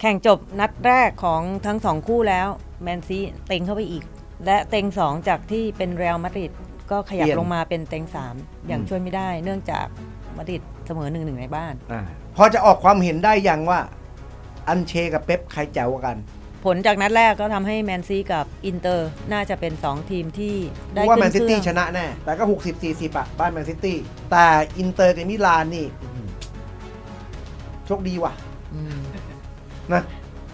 แข่งจบนัดแรกของทั้งสองคู่แล้วแมนซีเต็งเข้าไปอีก และเต็ง 2 จากที่เป็นเรอัลมาดริดก็ขยับ เปลี่ยน ลงมาเป็นเต็ง 3 อย่าง อืม ช่วยไม่ได้ เนื่องจากมาดริดเสมอหนึ่งหนึ่งในบ้าน อ่าพอจะออกความเห็นได้อย่างว่า อันเชกับเป๊ปใครแจ๋วกว่ากัน ผลจากนัดแรกก็ทำให้แมนซีกับอินเตอร์น่าจะเป็น 2 ทีมที่ได้ กูว่า ขึ้ แม น น เค ซิ รื่ ตี้ อง ชนะแน่ แต่ก็ 60 40อะบ้านแมนซิตี้ แต่อินเตอร์กับมิลานนี่อื้อหือโชคดีว่ะ อืม นะ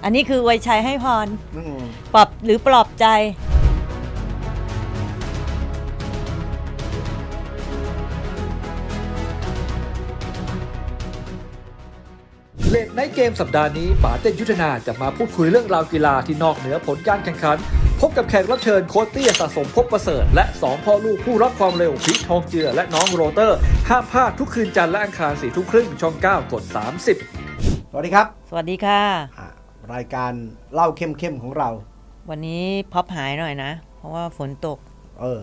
อันนี้คือไวยชัยให้พร อืม ปรับหรือปลอบใจ เลดในเกมสัปดาห์นี้ป๋าเต้นยุทธนาจะมาพูดคุยเรื่องราวกีฬาที่นอกเหนือผลการแข่งขัน พบกับแขกรับเชิญโคชเตี้ยสะสมพบประเสริฐ และ 2 พ่อลูกผู้รับความเร็วพีททองเจือและน้องโรเตอร์ ห้ามพลาดทุกคืนจันทร์และอังคารสี่ทุ่มครึ่งช่อง 9 กด 30 สวัสดีครับ สวัสดีค่ะ อ่ารายการเล่าเข้มๆของเรา วันนี้พับหายหน่อยนะ เพราะว่าฝนตก เออ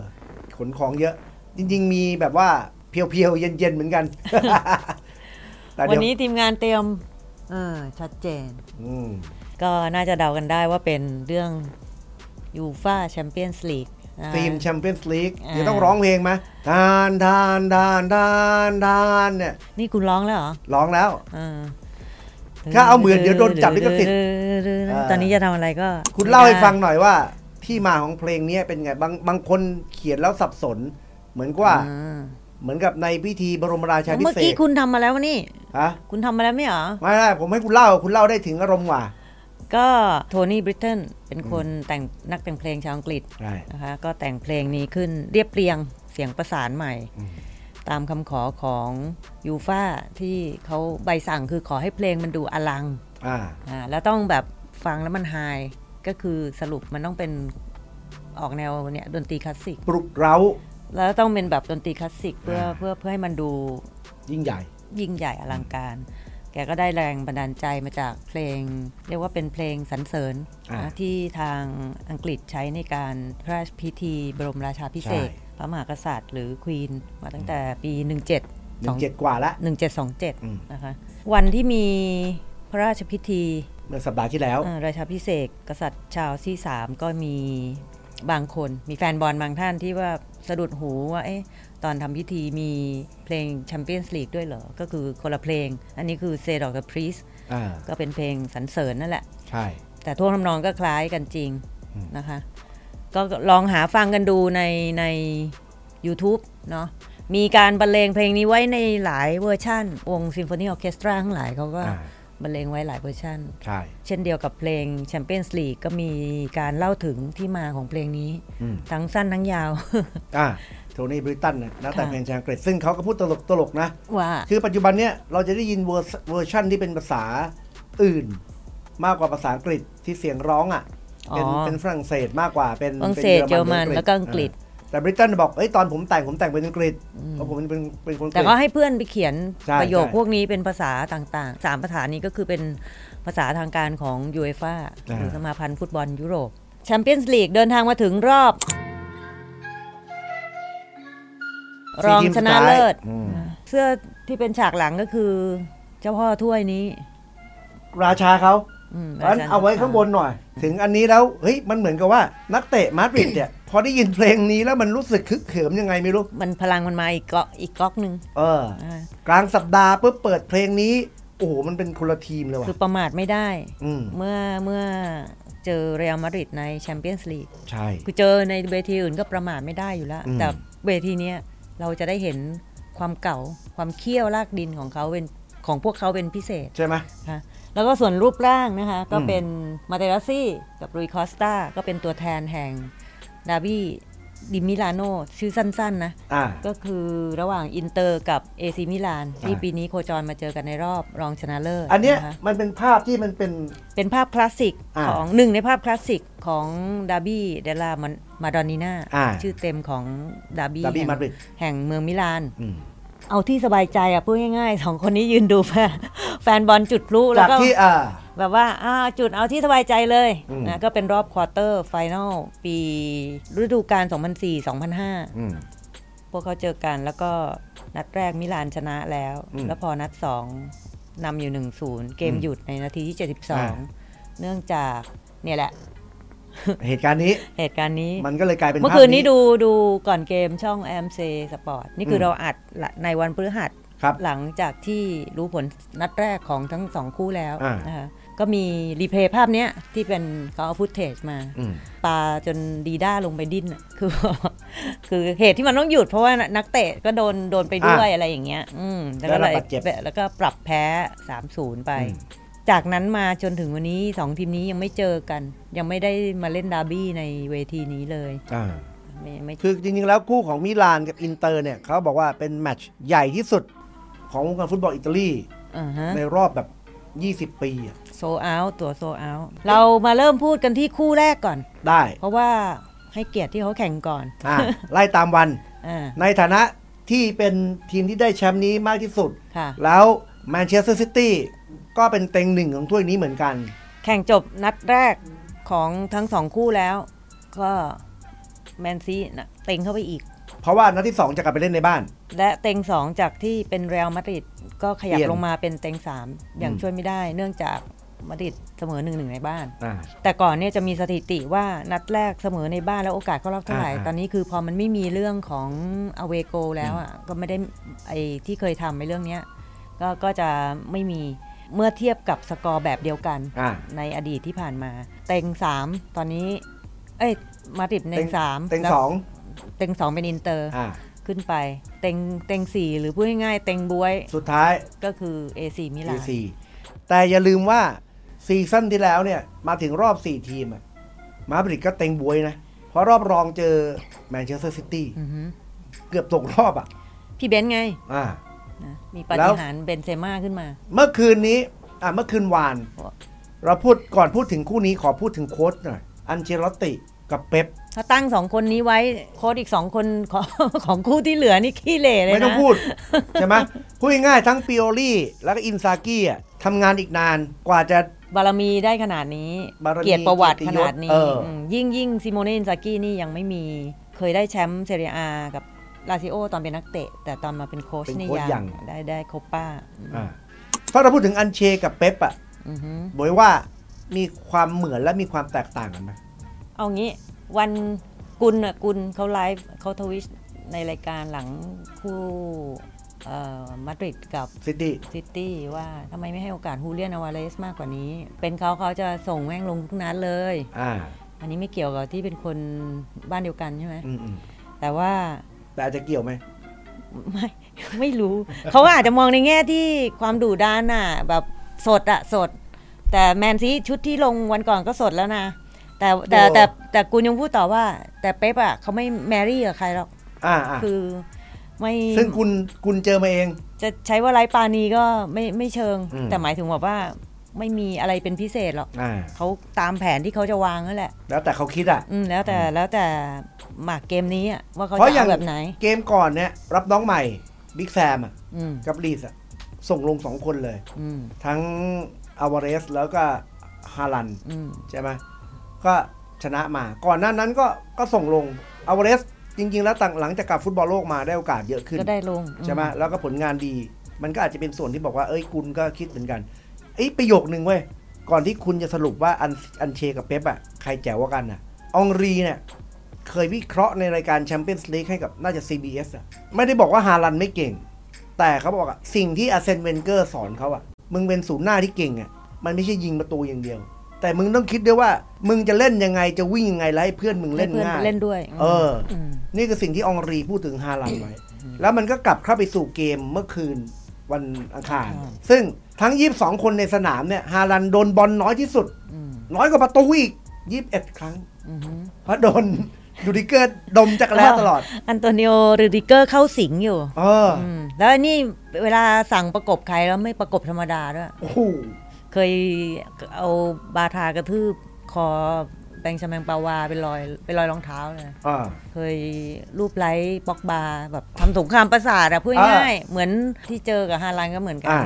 ขนของเยอะ จริง ๆ มีแบบว่าเพียวๆ เย็นๆ เหมือนกัน แต่ วัน เดี๋ย นี้ทีมงานเตรียมเออชัดเจน อืม ก็น่าจะเดากันได้ว่าเป็นเรื่องยูฟ a าแชมเปี้ยนส์ลีก ทีมแชมเปี้ยนส์ลีก อ่า เดี๋ยวต้องร้องเพลงไหมทานทานทานทานทานเนี่ย นี่คุณร้องแล้วเหรอ ร้องแล้ว เออ ถ้าเอาเหมือนเดี๋ยวโดนจับลิขสิทธิ์อ่า ตอนนี้จะทำอะไรก็ คุณเล่าให้ฟังหน่อยว่า ที่มาของเพลงเนี้ยเป็นไงบางบางคนเขียนแล้วสับสน เหมือนกับว่า อืม เหมือนกับในพิธีบรมราชาภิ เมื่อ เษ กี้ ก คุณทำมาแล้วนี่ ฮะ คุณทำมาแล้วไม่เหรอ ไม่ได้ผมให้คุณเล่าคุณเล่าได้ถึงอารมณ์กว่า ก็โทนี่บริตเทนเป็นคนแต่งนักแต่งเพลงชาวอังกฤษ ใช่ นะคะก็แต่งเพลงนี้ขึ้นเรียบเรียงเสียงประสานใหม่ ตามคำขอของยูฟาที่เขาใบสั่งคือขอให้เพลงมันดูอลัง อ่า อ่าแล้วต้องแบบฟังแล้วมันไฮก็คือสรุปมันต้องเป็นออกแนวเนี่ยดนตรีคลาสสิก ปลุกเร้า แล้วต้องเป็นแบบดนตรีคลาสสิกเพื่อ อ่า เพื่อเพื่อให้มันดู ยิ่งใหญ่ ยิ่งใหญ่อลังการ แกก็ได้แรงบันดาลใจมาจากเพลง เรียกว่าเป็นเพลงสรรเสริญ อ่าน นะที่ทางอังกฤษใช้ในการพระราชพิธีบรมราชาพิเศษก ใช่ พระมหากษัตริย์หรือควีนมาตั้งแต่ปี 17 หนึ่งเจ็ดกว่าละ อืม 1727 นะคะวันที่มีพระราชพิธี เมื่อสัปดาห์ที่แล้ว เอ่อราชาพิเศษกกษัตริย์ชาวที่ 3 ก็มีบางคน มีแฟนบอลบางท่านที่ว่าสะดุดหูว่าเอ๊ะตอนทำพิธีมีเพลงแชมเปี้ยนส์ลีกด้วยเหรอ ก็คือคนละเพลง อันนี้คือเซดอกกับพรีส อ่า ก็เป็นเพลงสรรเสริญนั่นแหละ ใช่ แต่ท่วงทำนองก็คล้ายกันจริง อืม นะคะ ก็ลองหาฟังกันดูในใน YouTube เนาะมีการบรรเลงเพลงนี้ไว้ในหลายเวอร์ชั่น วงซิมโฟนีออเคสตราทั้งหลายเขาก็ อ่า บรรเลงไว้หลายเวอร์ชั่น ใช่ เช่นเดียวกับเพลง Champions League ก็มีการเล่าถึงที่มาของเพลงนี้ อืม ทั้งสั้นทั้งยาว อ่า โทนี่บริตันนะนักแต่ง ค่ะ เพลงชาวอังกฤษซึ่งเขาก็พูดตลกตลกนะ ว่า คือปัจจุบันเนี้ยเราจะได้ยินเวอร์เวอร์ชันที่เป็นภาษาอื่น มากกว่าภาษาอังกฤษที่เสียงร้องอ่ะ เป็น อ๋อ เป็นฝรั่งเศสมากกว่าเป็น ฝรั่งเศส ป็ เยอรมันแล้วก็อังกฤษ าแต่บริตันบอกเอ้ยตอนผมแต่งผมแต่งเป็นอังกฤษเพราะผมเป็นเป็นเป็นคนอังก แต่ ฤษ ก็ให้เพื่อนไปเขียน ใช่ ประโยค ใช่ พวกนี้เป็นภาษาต่างๆ สามภาษานี้ก็คือเป็นภาษาทางการของยูเอฟ่าหรือสมาพันธ์ฟุตบอลยุโรปแชมเปี้ยนส์ลีกเดินทางมาถึงรอบ รองชนะเลิศ อืม เสื้อที่เป็นฉากหลังก็คือ เจ้าพ่อถ้วยนี้ ราชาเขา อืม เพราะฉะนั้นเอาไว้ข้างบนหน่อย ถึงอันนี้แล้วเฮ้ยมันเหมือนกับว่านักเตะมาดริดเนี่ย พอได้ยินเพลงนี้แล้วมันรู้สึกคึกเขิมยังไงไม่รู้ มันพลังมันมาอีกเกาะอีกก๊อกหนึ่ง เออ อ่าก ลางสัปดาห์ปุ๊บเปิดเพลงนี้ โอ้โห มันเป็นคนละทีมเลยว่ะ คือประมาทไม่ได้ อืม เมื่อเมื่อเจอเรอัลมาดริดในแชมเปี้ยนส์ลีก ใช่ คือเจอในเวทีอื่นก็ประมาทไม่ได้อยู่แล้ว อืม แต่เวทีเนี้ยเราจะได้เห็นความเก่าความเขี้ยวลากดินของเขาเป็นของพวกเขาเป็นพิเศษ ใช่ไหม นะคะแล้วก็ส่วนรูปร่างนะคะ ก็ อืม เป็นมาเตราซี่กับรุยคอสตาก็เป็นตัวแทนแห่งดาร์บี้ดิมิลาโนชื่อสั้นๆนะ อ่า ก็คือระหว่างอินเตอร์กับเอซิมิลาน ที่ อ่า ปีนี้โคจรมาเจอกันในรอบรองชนะเลิศ อันเนี้ย ะคะ มันเป็นภาพที่มันเป็น เป็นภาพคลาสสิก อ่า ของหนึ่งในภาพคลาสสิกของดาร์บี้เดลามาดอนนีนา อ่า ชื่อเต็มของดาร์บี้ ดาร์บี้มาดริด แห่งเมืองมิลาน อืม เอาที่สบายใจอ่ะพูดง่ายๆสองคนนี้ยืนดูแฟ นแฟนบอลจุดพลุแล้ จาว ก ก็ ที่อ่า แบบว่าอ่าจุดเอาที่สบายใจเลย อืม นะก็เป็นรอบควอเตอร์ไฟแนลปีฤดูกาล 2004-2005 อืม พวกเขาเจอกันแล้วก็นัดแรกมิลานชนะแล้ว อืม แล้วพอนัดสอง นำอยู่หนึ่งศูนย์เกม อืม หยุดในนาทีที่ อ่า 72 เนื่องจากเนี่ยแหละ เหตุการณ์นี้ เหตุการณ์นี้ มันก็เลยกลายเป็น เมื่อ ภาพ คืนนี้ดูดูก่อนเกมช่อง a m c Sport นี่คืออ ม เราอัดละในวันพฤหัส ครับ หลังจากที่รู้ผลนัดแรกของทั้งสองคู่แล้ว อ่าน นะคะก็มีรีเพลย์ภาพเนี้ยที่เป็นเขาเอาฟุตเทจมา อืม ปลาจนดีด้าลงไปดิ้นอะ คือ คือเหตุที่มันต้องหยุดเพราะว่านักเตะก็โดนโดนไปด้วยอะไรอย่างเงี้ย อืมก็ ได้รับบาดเจ็บ แล้วก็ปรับแพ้ 3-0 ไป อืม จากนั้นมาจนถึงวันนี้ 2 ทีมนี้ยังไม่เจอกัน ยังไม่ได้มาเล่นดาร์บี้ในเวทีนี้เลย อ่า ไม่ไม่ คือจริงๆ แล้วคู่ของมิลานกับอินเตอร์เนี่ยเขาบอกว่าเป็นแมตช์ใหญ่ที่สุดของวงการฟุตบอลอิตาลี อ่าฮะ ในรอบแบบ 20 ปีอะ โซอาตัวโซอาเรามาเริ่มพูดกันที่คู่แรกก่อน ได้ เพราะว่าให้เกียรติที่เขาแข่งก่อน อ่า ไล่ตามวัน อ่า ในฐานะที่เป็นทีมที่ได้แชมป์นี้มากที่สุด ค่ะ แล้วแมนเชสเตอร์ซิตี้ก็เป็นเต็งหนึ่งของถ้วยนี้เหมือนกัน แข่งจบนัดแรกของทั้งสองคู่แล้ว ก็แมนซีนะเต็งเข้าไปอีก เพราะว่านัดที่ 2 จะกลับไปเล่นในบ้าน และเต็งสองจากที่เป็นเรอัลมาดริดก็ขยับ เปลี่ยน ลงมาเป็นเต็งสามอย่าง อืม ช่วยไม่ได้ เนื่องจากมาดริดเสมอหนึ่งหนึ่งในบ้าน อ่า แต่ก่อนเนี่ยจะมีสถิติว่านัดแรกเสมอในบ้านแล้วโอกาสเข้ารอบเท่าไหร่ อ่าๆ ตอนนี้คือพอมันไม่มีเรื่องของอเวโกแล้วอ่ะก็ไม่ได้ไอ้ที่เคยทำในเรื่องเนี้ยก็ก็จะไม่มีเมื่อเทียบกับสกอร์แบบเดียวกัน อ่า ในอดีตที่ผ่านมา เต็งสามตอนนี้ เอ้ยมาดริด เต็ เต็ง ง สาม เต็ง แล้ว สอง เต็งสองเป็นอินเตอร์ อ่า ขึ้นไป เต็งเต็งสี่หรือพูดง่ายๆเต็งบวย สุดท้าย ก็คือเอซีมิลาน AC แต่อย่าลืมว่าซีซั่นที่แล้วเนี่ย มาถึงรอบ 4 ทีมอะมาดริดก็เต็งบวยนะ เพราะรอบรองเจอแมนเชสเตอร์ซิตี้ อือฮึ เกือบตกรอบอ่ะ พี่เบนซ์ไง อ่า นะมีปาฏิหารย์เบนเซม่าขึ้นมา เมื่อคืนนี้ อ่าเมื่อคืนวาน เราพูดก่อนพูดถึงคู่นี้ขอพูดถึงโค้ชหน่อย อันเจลติกับเป๊ป ถ้าตั้งสองคนนี้ไว้โค้ดอีกสองคนของของคู่ที่เหลือนี่ขี้เหร่เลยนะ ไม่ต้องพูด ใช่ไหม พูดง่ายๆทั้งปิโอลี่แล้วก็อินซากี้อ่ะทำงานอีกนานกว่าจะ บารมีได้ขนาดนี้ บารมี เกียรติประวัติ เกีย ข รติยศ นาดนี้ เอออื มยิ่งยิ่งซิโมเนอินซากี้นี่ยังไม่มีเคยได้แชมป์เซเรียอากับลาซิโอตอนเป็นนักเตะ แต่ตอนมาเป็นโค้ช เป็น นี่ โค้ช ยั ยัง งได้ได้โคป้า อ่าถ้าเราพูดถึงอันเชกับเป๊ปอ่ะ อือหือ บอกว่ามีความเหมือนและมีความแตกต่างกันไหม เอางี้วันกุลน่ะกุลเขาไลฟ์เขาทวิชในรายการหลังคู่เอ่อมาดริดกับ ซิตี้ ซิตี้ว่าทำไมไม่ให้โอกาสฮูเลียนอาวาเลสมากกว่านี้ เป็นเขาเขาจะส่งแม่งลงทุกนัดเลย อ่า อันนี้ไม่เกี่ยวกับที่เป็นคนบ้านเดียวกันใช่ไหม อืมอืม แต่ว่า แต่อาจจะเกี่ยวไหม ไม่ ไม่รู้ เขาอาจจะมองในแง่ที่ความดุดานน่ะ แบบสดอะสด แต่แมนซีชุดที่ลงวันก่อนก็สดแล้วนะ แต่แต่ โอ้ แต่แต่กูยังพูดต่อว่า แต่เป๊ปอะเขาไม่แมรี่กับใครหรอก อ่าอ่า คือไม่ ซึ่งคุณคุณเจอมาเอง จะใช้ว่าไร้ปรานีก็ไม่ไม่เชิง อืม แต่หมายถึงแบบว่าไม่มีอะไรเป็นพิเศษหรอก อ่า เขาตามแผนที่เขาจะวางนั่นแหละ แล้วแต่เขาคิดอ่ะ อืมแล้วแต่แล้วแต่หมากเกมนี้อะว่าเขา เพราะ จะ อย่าง เอาแบบไหน เกมก่อนเนี่ย รับน้องใหม่บิ๊กแซมอ่ะ อืม กับลีสอ่ะ ส่งลงสองคนเลย อืม ทั้งอาวาเรสแล้วก็ฮาลัน อืม ใช่ไหมก็ชนะมา ก่อนหน้านั้นก็ก็ส่งลงอาวาเรส จริง ๆ แล้วต่างหลังจากกลับฟุตบอลโลกมาได้โอกาสเยอะขึ้น ก็ได้ลง ใช่ไหมแล้วก็ผลงานดี มันก็อาจจะเป็นส่วนที่บอกว่า เอ้ย คุณก็คิดเหมือนกันไอ้ยประโยคนึงเว้ย ก่อนที่คุณจะสรุปว่าอันอันเชกับเป๊ปอะใครแจ๋วกว่ากันอะองรีเนี่ย เคยวิเคราะห์ในรายการแชมเปี้ยนส์ลีกให้กับน่าจะ CBS อะไม่ได้บอกว่าฮาลันด์ไม่เก่ง แต่เขาบอกอะสิ่งที่อาร์เซนเวนเกอร์สอนเขาอะมึงเป็นศูนย์หน้าที่เก่งอะมันไม่ใช่ยิงประตูอย่างเดียว แต่มึงต้องคิดด้วยว่า มึงจะเล่นยังไงจะวิ่งยังไงแล้วให้เพื่อนมึง ให้ เล่น พื่อ ง่าย เล่นด้วยม เออ ม นี่คือสิ่งที่อองรีพูดถึงฮาลันด์ไว้ แล้วมันก็กลับเข้าไปสู่เกมเมื่อคืนวันอังคาร อังคาร ซึ่งทั้ง 22 คนในสนามเนี่ยฮาลันด์โดนบอลน้อยที่สุด อืม น้อยกว่าประตูอีก 21 ครั้ง อือหือ เพราะโดน ยูดิเกอร์ดมจักรแล้วตลอด อันโตนิโอรูดิเกอร์เข้าสิงอยู่ เอออ มแล้วนี่เวลาสั่งประกบใครแล้วไม่ประกบธรรมดาด้วย โอ้โห เคยเอาบาทากระทืบคอแบงค์ชาแมงปาวาเป็นรอยเป็นรอยรองเท้าเลย อ่า เคยรูปไล้บ็อกบาร์แบบทำสงครามประสาทอะพูดง่ายๆเหมือนที่เจอกับฮาลันก็เหมือนกัน อ่า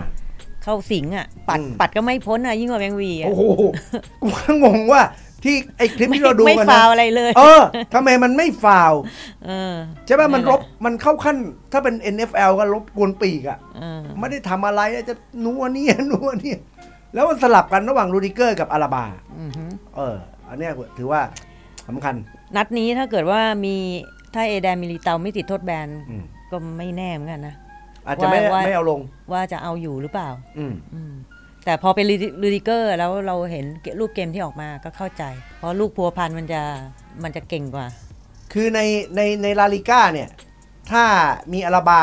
เข้าสิงอะปัด อืม ปัดก็ไม่พ้นอะยิ่งกว่าแมงวีอะ โอ้โห กูก็งงว่า ที่ไอคลิป ไม่ ที่เราดู ไม่ กัน ฟา นะ วอะไรเลย เออทำไมมันไม่ฟาวล์ เออ ใช่ป่ะมันรบมันเข้าขั้น ถ้าเป็น NFL ก็รบกวนปีกอ่ะ เออ ไม่ได้ทำอะไรนะจะนัว เนี่ยนัวเนี่ยแล้วมันสลับกันระหว่างรูดิเกอร์กับอาราบา อือฮึ เออ อันเนี้ยถือว่าสำคัญ นัดนี้ถ้าเกิดว่ามีถ้าเอแดนมิลิเตาไม่ติดโทษแบน อืม ก็ไม่แน่เหมือนกันนะ อาจจะไม่ ว่า ไม่เอาลง ว่าจะเอาอยู่หรือเปล่า อืม อืมแต่พอเป็นลูดิเกอร์แล้วเราเห็นรูปเกมที่ออกมาก็เข้าใจ เพราะลูกพัวพันมันจะมันจะเก่งกว่า คือในในในลาลิก้าเนี่ย ถ้ามีอาราบา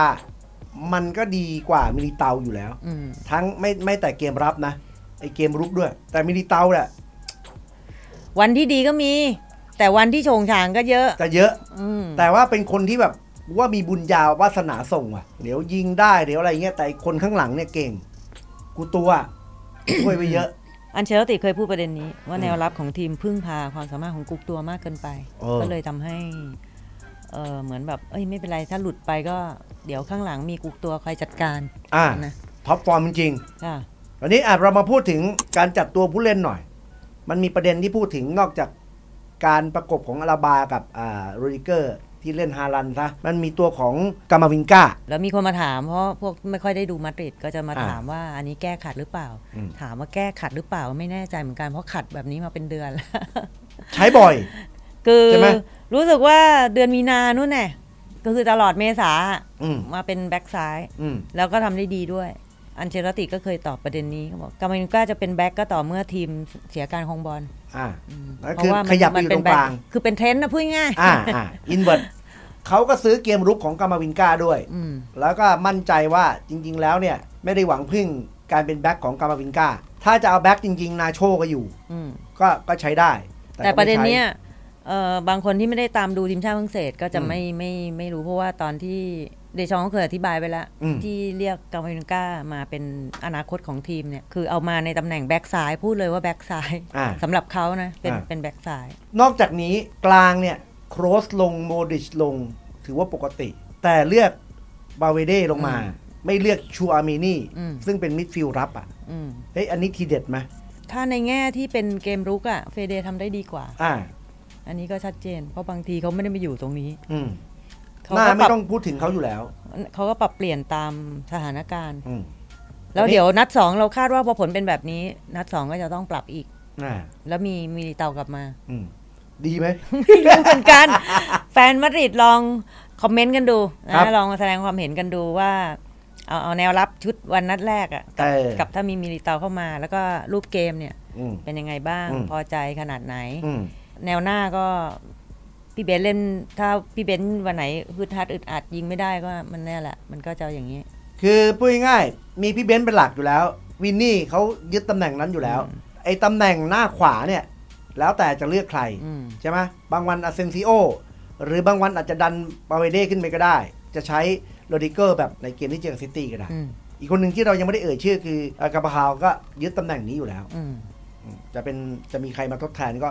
มันก็ดีกว่ามิลิเตาอยู่แล้ว อืม ทั้งไม่ไม่แต่เกมรับนะไอเกมรุกด้วย แต่มิลิเตาเนี่ย วันที่ดีก็มี แต่วันที่โชงชางก็เยอะ จะเยอะ อืม แต่ว่าเป็นคนที่แบบว่ามีบุญญาวาสนาส่งอ่ะ เดี๋ยวยิงได้เดี๋ยวอะไรเงี้ยแต่ไอ้คนข้างหลังเนี่ยเก่ง กูตัว อะช่วยไปเยอะ อันเชลติเคยพูดประเด็นนี้ ว่าแนวรับของทีมพึ่งพาความสามารถของกุกตัวมากเกินไป เออ ก็เลยทำให้เออเหมือนแบบเอ้ยไม่เป็นไรถ้าหลุดไปก็เดี๋ยวข้างหลังมีกุกตัวคอยจัดการ อ่า นะ ท็อปฟอร์มจริงๆ จ้ะ วันนี้อาจเรามาพูดถึงการจัดตัวผู้เล่นหน่อย มันมีประเด็นที่พูดถึงนอกจากการประกบของอาราบากับอ่าโรดิเกอร์ ที่เล่นฮาลันซะ มันมีตัวของกามาวินกา แล้วมีคนมาถามเพราะพวกไม่ค่อยได้ดูมาดริดก็จะมา อ่า ถามว่าอันนี้แก้ขัดหรือเปล่า อืม ถามว่าแก้ขัดหรือเปล่าไม่แน่ใจเหมือนกันเพราะขัดแบบนี้มาเป็นเดือนแล้ว ใช้บ่อย คือ ใช่ไหม รู้สึกว่าเดือนมีนานู่นแน่ะก็คือตลอดเมษา อืม มาเป็นแบ็กซ้าย อืม แล้วก็ทำได้ดีด้วย อันเชลติก็เคยตอบประเด็นนี้เขาบอกกามานูก้าจะเป็นแบ็กก็ต่อเมื่อทีมเสียการครองบอล อ่า อืม แล้วคือขยับไปอยู่ตรงกลาง คือเป็นเทรนด์นะพูดง่าย อ่าอ่าอินเวอร์ตเขาก็ซื้อเกมรุกของกามาวินกาด้วย อืม แล้วก็มั่นใจว่าจริง ๆ แล้วเนี่ย ไม่ได้หวังพึ่งการเป็นแบ็คของกามาวินกาถ้าจะเอาแบ็คจริง ๆ นาโชก็อยู่ อืม ก็ก็ใช้ได้ แต่ปก็ไม่ ระเด็น ใช้ เนี้ยเอ่อบางคนที่ไม่ได้ตามดูทีมชาติฝรั่งเศสก็จะไม่ไม่ไม่รู้เพราะว่าตอนที่เดชองเขาเคยอธิบายไปแล้ว อืม ที่เรียกกามานูก้ามาเป็นอนาคตของทีมเนี่ยคือเอามาในตำแหน่งแบ็กซ้ายพูดเลยว่าแบ็กซ้าย อ่า สำหรับเขานะ เป็น อ่า เป็นแบ็กซ้าย นอกจากนี้กลางเนี่ยโครสลงโมดิชลงถือว่าปกติ แต่เลือกบาเวเดลงมา ไม่เลือกชูอาเมนี่ อืม ซึ่งเป็นมิดฟิลด์รับอ่ะ อืม เฮ้ยอันนี้ทีเด็ดไหม ถ้าในแง่ที่เป็นเกมรุกอะเฟเดทำได้ดีกว่า อ่า อันนี้ก็ชัดเจน เพราะบางทีเขาไม่ได้มาอยู่ตรงนี้ อืม เขา หน้า ก็ปไม่รับ ต้องพูดถึงเขาอยู่แล้ว เขาก็ปรับเปลี่ยนตามสถานการณ์ อืม แล้ว อันนี้ เดี๋ยวนัด 2 เราคาดว่าพอผลเป็นแบบนี้ นัด 2 ก็จะต้องปรับอีก อ่า แล้วมีมีลิเตากลับมา อืมดีไหม ไม่รู้เหมือนกัน แฟนมาดริดลองคอมเมนต์กันดู ครับ นะลองแสดงความเห็นกันดูว่า เอาเอาแนวรับชุดวันนัดแรกอะ เออ กับถ้ามีมิลิเตาเข้ามา แล้วก็รูปเกมเนี่ย อืม เป็นยังไงบ้าง อืม พอใจขนาดไหน อืม แนวหน้าก็พี่เบนซ์เล่น ถ้าพี่เบนซ์วันไหนฮึดฮัดอึดอัดยิงไม่ได้ก็มันแน่แหละ มันก็จะอย่างนี้ คือพูดง่ายๆมีพี่เบนซ์เป็นหลักอยู่แล้ว วินนี่เขายึดตำแหน่งนั้นอยู่แล้ว ไอ้ตำแหน่งหน้าขวาเนี่ย แล้วแต่จะเลือกใคร อืม ใช่ไหมบางวันอาเซนซิโอ หรือบางวันอาจจะดันบาเวเด้ขึ้นไปก็ได้ จะใช้โรดิเกอร์แบบในเกมที่เจอกับซิตี้ก็ได้ อืม อีกคนหนึ่งที่เรายังไม่ได้เอ่ยชื่อคืออากาบาฮาวก็ยึดตำแหน่งนี้อยู่แล้ว อืม อืมจะเป็นจะมีใครมาทดแทนก็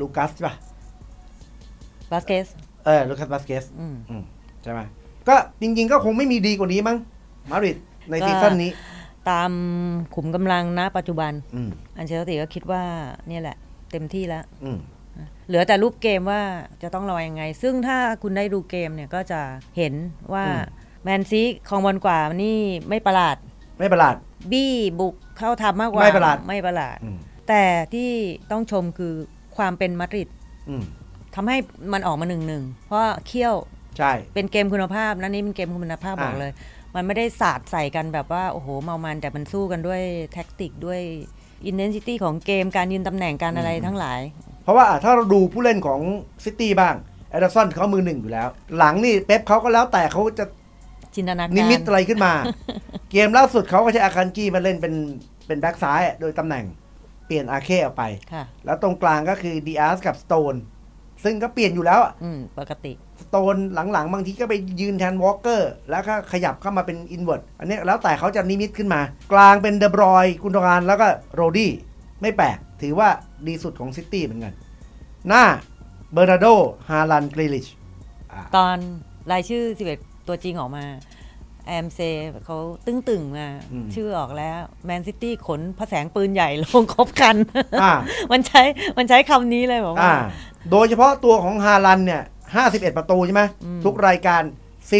ลูคัสใช่ปะ บาสเกส เออลูคัสบาสเกส อืม อืมใช่ไหมก็จริง ๆ ก็คงไม่มีดีกว่านี้มั้งมาดริดในซีซั่นนี้ ตามขุมกำลังนะปัจจุบัน อืม อันเชลติก็คิดว่าเนี่ยแหละ เต็มที่แล้ว อืม เหลือแต่รูปเกมว่าจะต้องรอยังไง ซึ่งถ้าคุณได้ดูเกมเนี่ยก็จะเห็นว่า อืม แมนซีของบอลกว่านี่ไม่ประหลาด ไม่ประหลาด บี้บุกเข้าทำมากกว่า ไม่ประหลาด ไม่ประหลาด อืม แต่ที่ต้องชมคือความเป็นมาดริด อืม ทำให้มันออกมาหนึ่งหนึ่งเพราะเคี่ยว ใช่ เป็นเกมคุณภาพนะนี่เป็นเกมคุณภาพ อ่า บอกเลย มันไม่ได้สาดใส่กันแบบว่า โอ้โหเมามันแต่มันสู้กันด้วยแท็กติกด้วยอินเ n นซิตี้ของเกมการยืนตำแหน่งการอะไรทั้งหลาย เพราะว่าอ่ะถ้าเราดูผู้เล่นของซิตี้บ้างแอดสันเขามือหนึ่งอยู่แล้ว หลังนี่เป๊ปเขาก็แล้วแต่เขาจะ จินตนาการ นิมิตอะไรขึ้น มา เกมล่าสุดเขาก็ใช้อาคันจีมาเล่นเป็นเป็นแบ็กซ้ายอ่ะโดยตำแหน่งเปลี่ยนอาเคออกไป ค่ะ แล้วตรงกลางก็คือดีอาร์สกับสโตน ซึ่งก็เปลี่ยนอยู่แล้ว อืม ปกติ สโตนหลังๆ บางทีก็ไปยืนแทนวอลเกอร์ แล้วก็ขยับเข้ามาเป็นอินเวอร์ตอันเนี้ยแล้วแต่เขาจะนิมิตขึ้นมา กลางเป็นเดบรอยน์กุนโดกานแล้วก็โรดี้ไม่แปลก ถือว่าดีสุดของซิตี้เหมือนกัน หน้าเบอร์นาร์โดฮาลันกรีลิช ตอนรายชื่อ 11 ตัวจริงออกมา แอมเซเขาตึ้งตึงๆมา อืม ชื่อออกแล้วแมนซิตี้ขนพระแสงปืนใหญ่ลงครบคัน อ่า มันใช้มันใช้คำนี้เลยบอกว่า อ่า โดยเฉพาะตัวของฮาลันเนี่ย 51 ประตูใช่ไหม อืม ทุกรายการ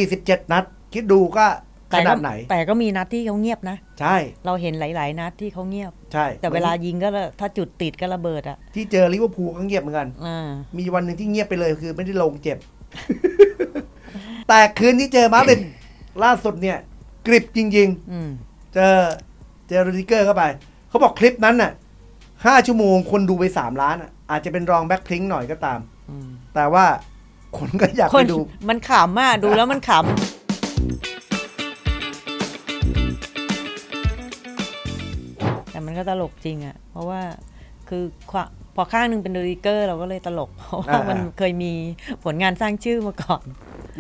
47 นัด คิดดูก็ข แต่ก็ นาดไหน แต่ก็มีนัดที่เขาเงียบนะ ใช่ เราเห็นหลาย ๆ นัดที่เขาเงียบ ใช่ แต่เวลายิงก็ระถ้าจุดติดก็ระเบิดอ่ะ ที่เจอลิเวอร์พูลก็เงียบเหมือนกัน อ่า มีวันหนึ่งที่เงียบไปเลยคือไม่ได้ลงเจ็บ แต่คืน ที่เจอมาดริดล่าสุดเนี่ย กริบจริง ๆ อืม เจอเจอรูดิเกอร์เข้าไป เขาบอกคลิปนั้นน่ะห้าชั่วโมงคนดูไปสามล้านอ่ะ อาจจะเป็นรองแบ็คพลิงหน่อยก็ตาม อืม แต่ว่าคนก็อยาก ค ไป น ดู มันขำมากดูแล้วมันขำแต่มันก็ตลกจริงอะเพราะว่าคือควะพอข้างหนึ่งเป็นเดริเกอร์ เราก็เลยตลก เพราะว่า อ่ามั มันเคยมีผลงานสร้างชื่อมาก่อน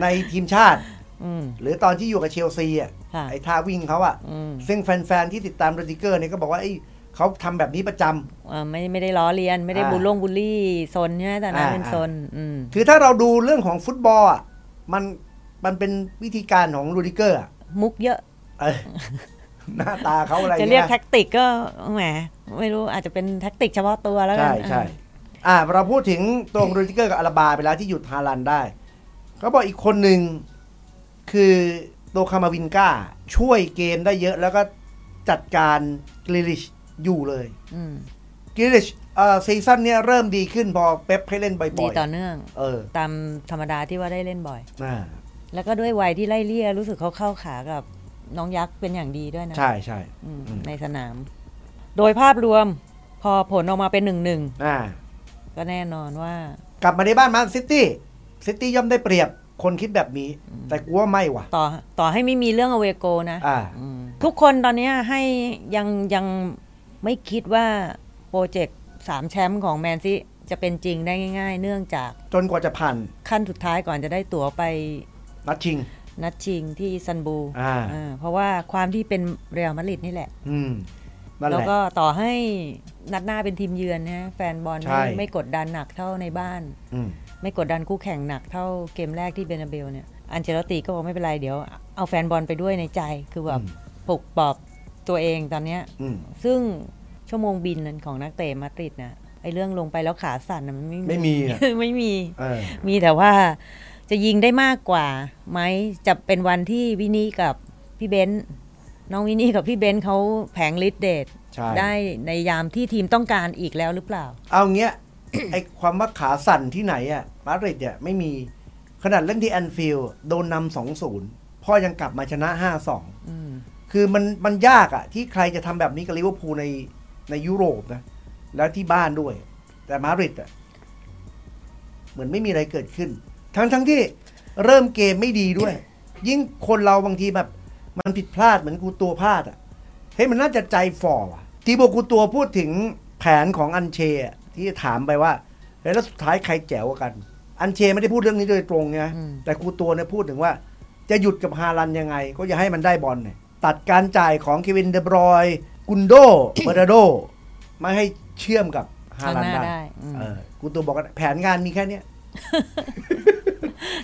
ในทีมชาติ อืม หรือตอนที่อยู่กับเชลซีอ่ะ ค่ะ ไอ้ท่าวิ่งเขาอ่ะ อืม ซึ่งแฟนๆ ที่ติดตามรูดิเกอร์เนี่ยก็บอกว่าไอ้เขาทำแบบนี้ประจำ เอ่อไม่ไม่ได้ล้อเลียน ไม่ได้ อ่า บูลลงบูลลี่ซนใช่ไหมแต่นั้น อ่า เป็น อ่า ซนอืม คือถ้าเราดูเรื่องของฟุตบอลอ่ะมันมันเป็นวิธีการของรูดิเกอร์อ่ะ มุกเยอะ เออ หน้าตาเขาอะไร จะเรียก นี่ แท็กติกก็แหมไม่รู้อาจจะเป็นแท็กติกเฉพาะตัวแล้วกั ใช่ น ใช่อ่าเราพูดถึงตรงโรดิเกอร์กับอาราบาไปแล้วที่หยุดฮาลันได้ เขาบอกอีกคนหนึ่งคือโตคามาวินกาช่วยเกมได้เยอะแล้วก็จัดการกริลิชอยู่เลย อืม กริลิชเอ่อซีซั่นเนี้ยเริ่มดีขึ้นพอเป๊ปให้เล่นบ่ ดี อย ต่อเนื่อง ๆ เออ ตามธรรมดาที่ว่าได้เล่นบ่อย น่า แล้วก็ด้วยวัยที่ไล่เลี่ยรู้สึกเขาเข้าขากับน้องยักษ์เป็นอย่างดีด้วยนะ ใช่ใช่ อืม อืม ในสนาม โดยภาพรวมพอผลออกมาเป็นหนึ่งหนึ่ง อ่า ก็แน่นอนว่า กลับมาในบ้านมันซิตี้ซิตี้ย่อมได้เปรียบคนคิดแบบนี้ แต่กูว่าไม่ว่ะ ต่อต่อให้ไม่มีเรื่องอเวโกนะ อ่า อืมทุกคนตอนเนี้ยให้ยังยังไม่คิดว่าโปรเจกต์สามแชมป์ของแมนซิจะเป็นจริงได้ง่าย ๆ เนื่องจาก จนกว่าจะผ่าน ขั้นสุดท้ายก่อนจะได้ตั๋วไป นัดชิง นัดชิงที่อิสตันบูล อ่า อ่าเพราะว่าความที่เป็นเรอัลมาดริดนี่แหละ อืมนั่นแห แล้ว ละ ก็ต่อให้นัดหน้าเป็นทีมเยือนนะแฟนบอล ใช่ ไม่ไม่กดดันหนักเท่าในบ้าน อืม ไม่กดดันคู่แข่งหนักเท่าเกมแรกที่เบนาเบลเนี่ยอันเชลอตติก็บอกไม่เป็นไรเดี๋ยว เอาแฟนบอลไปด้วยในใจคือแบบ อืม ปลุกปลอบตัวเองตอนเนี้ย อืม ซึ่งชั่วโมงบินนั้นของนักเตะมาดริดนะไอ้เรื่องลงไปแล้วขาสั่นนะมันไม่ ไม่มีอะ ไม่มี เออ มีแต่ว่าจะยิงได้มากกว่าไหมจะเป็นวันที่วินนี่กับพี่เบนซ์น้องวินนี่กับพี่เบนซ์เขาแผงฤทธิ์เดช ใช่ ได้ในยามที่ทีมต้องการอีกแล้วหรือเปล่า เอาเงี้ย ไอความว่าขาสั่นที่ไหนอะมาดริดเนี่ยไม่มีขนาดเล่นที่แอนฟิลด์โดนนำสองศูนย์พ่อยังกลับมาชนะห้าสอง อืม คือมันมันยากอะที่ใครจะทำแบบนี้กับลิเวอร์พูลในในยุโรปนะ แล้วที่บ้านด้วย แต่มาดริดอะเหมือนไม่มีอะไรเกิดขึ้น ทั้งทั้งที่เริ่มเกมไม่ดีด้วย ยิ่งคนเราบางทีแบบ มันผิดพลาดเหมือนกูตัวพลาดอะเฮ้ยมันน่าจะใจฝ่อว่ะทีโบกูตัวพูดถึงแผนของอันเชอะที่ถามไปว่าเฮ้ยแล้วสุดท้ายใครแจ๋วกว่ากัน อันเชไม่ได้พูดเรื่องนี้โดยตรงไงแต่กูตัวเนี่ยพูดถึงว่า จะหยุดกับฮาลันยังไง ก็อย่าให้มันได้บอลเนี่ยตัดการจ่ายของเควินเดบรอยน์กุนโด เบอร์นาโดไม่ให้เชื่อมกับฮา ข้าง ลั ห น น้า ได้ ได้อืม เออกูตัวบอกว่าแผนงานมีแค่เนี้ย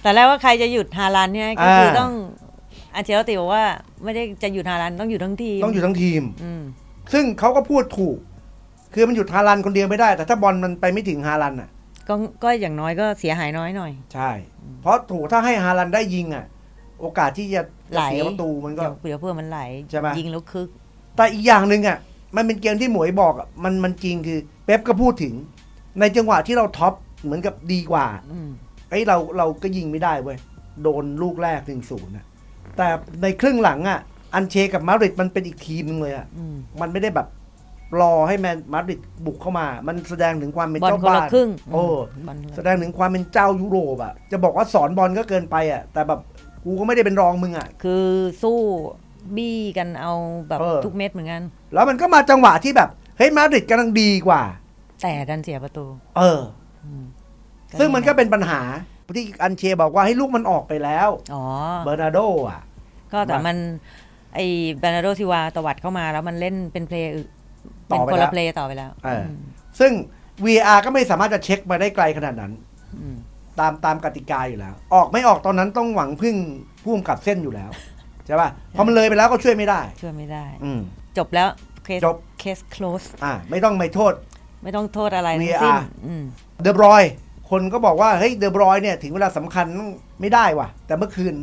แต่แรกว่าใครจะหยุดฮาลันเนี่ยก็คืออา ต้องอันเชลติบอกว่าไม่ได้จะหยุดฮาลันต้องอยู่ทั้งทีม ต้องอยู่ทั้งทีม อืม ซึ่งเขาก็พูดถูก คือมันหยุดฮาลันคนเดียวไม่ได้ แต่ถ้าบอลมันไปไม่ถึงฮาลันอ่ะ ก็ก็อย่างน้อยก็เสียหายน้อยหน่อย ใช่ เพราะถูกถ้าให้ฮาลันได้ยิงอ่ะ โอกาสที่จะ ไหล เสียประตูมันก็ เดี๋ยวเดี๋ยวเพื่อมันไหล ใช่ไหม ยิงแล้วคึก แต่อีกอย่างหนึ่งอ่ะ มันเป็นเกมที่หมวยบอกอะมันมันจริงคือ เป๊ปก็พูดถึง ในจังหวะที่เราท็อปเหมือนกับดีกว่า อืม ไอ้ยเราเราก็ยิงไม่ได้เว้ย โดนลูกแรกหนึ่งศูนย์นะแต่ในครึ่งหลังอ่ะ อันเชกับมาดริดมันเป็นอีกทีมหนึงเลยอ่ะ อืม มันไม่ได้แบบรอให้แมนมาดริดบุกเข้ามา มันแสดงถึงความเป็น บอล เจ้า คน บ้า ละ น ครึ่ง โอ้ บอลคนละ แสดงถึงความเป็นเจ้ายุโรปอะจะบอกว่าสอนบอลก็เกินไปอะแต่แบบกูก็ไม่ได้เป็นรองมึงอะ คือสู้บี้กันเอาแบบ เออ ทุกเม็ดเหมือนกัน แล้วมันก็มาจังหวะที่แบบ เฮ้ยมาดริดกำลังดีกว่า แต่ดันเสียประตู เออ ซึ่งมันก็เป็นปัญหาที่อันเชยบอกว่าให้ลูกมันออกไปแล้ว อ๋อ เบอร์นาร์โดอะ ก็แต่มัน ไอ้บานาโดซิวาตวัดเข้ามาแล้วมันเล่นเป็นเพลย์อื่น ต่ เป็นคอไปน แล้ ละ ว เพลย์ต่อไปแล้ว เอออซึ่ง VR ก็ไม่สามารถจะเช็คมาได้ไกลขนาดนั้น อืม ตามตามกติกาอยู่แล้ว ออกไม่ออกตอนนั้นต้องหวังพึ่งผู้กำกับเส้นอยู่แล้ว ใช่ป่ะพอมันเลยไปแล้วก็ช่วยไม่ได้ ช่วยไม่ได้ อืม จบแล้วเคส จบ เคส close อ่า ไม่ต้องไม่โทษ ไม่ต้องโทษอะไรทั้ง VR สิ้นอืม เดอบรอย คนก็บอกว่า เฮ้ย เดอบรอยเนี่ย ถึงเวลาสำคัญไม่ได้ว่ะ แต่เมื่อคืน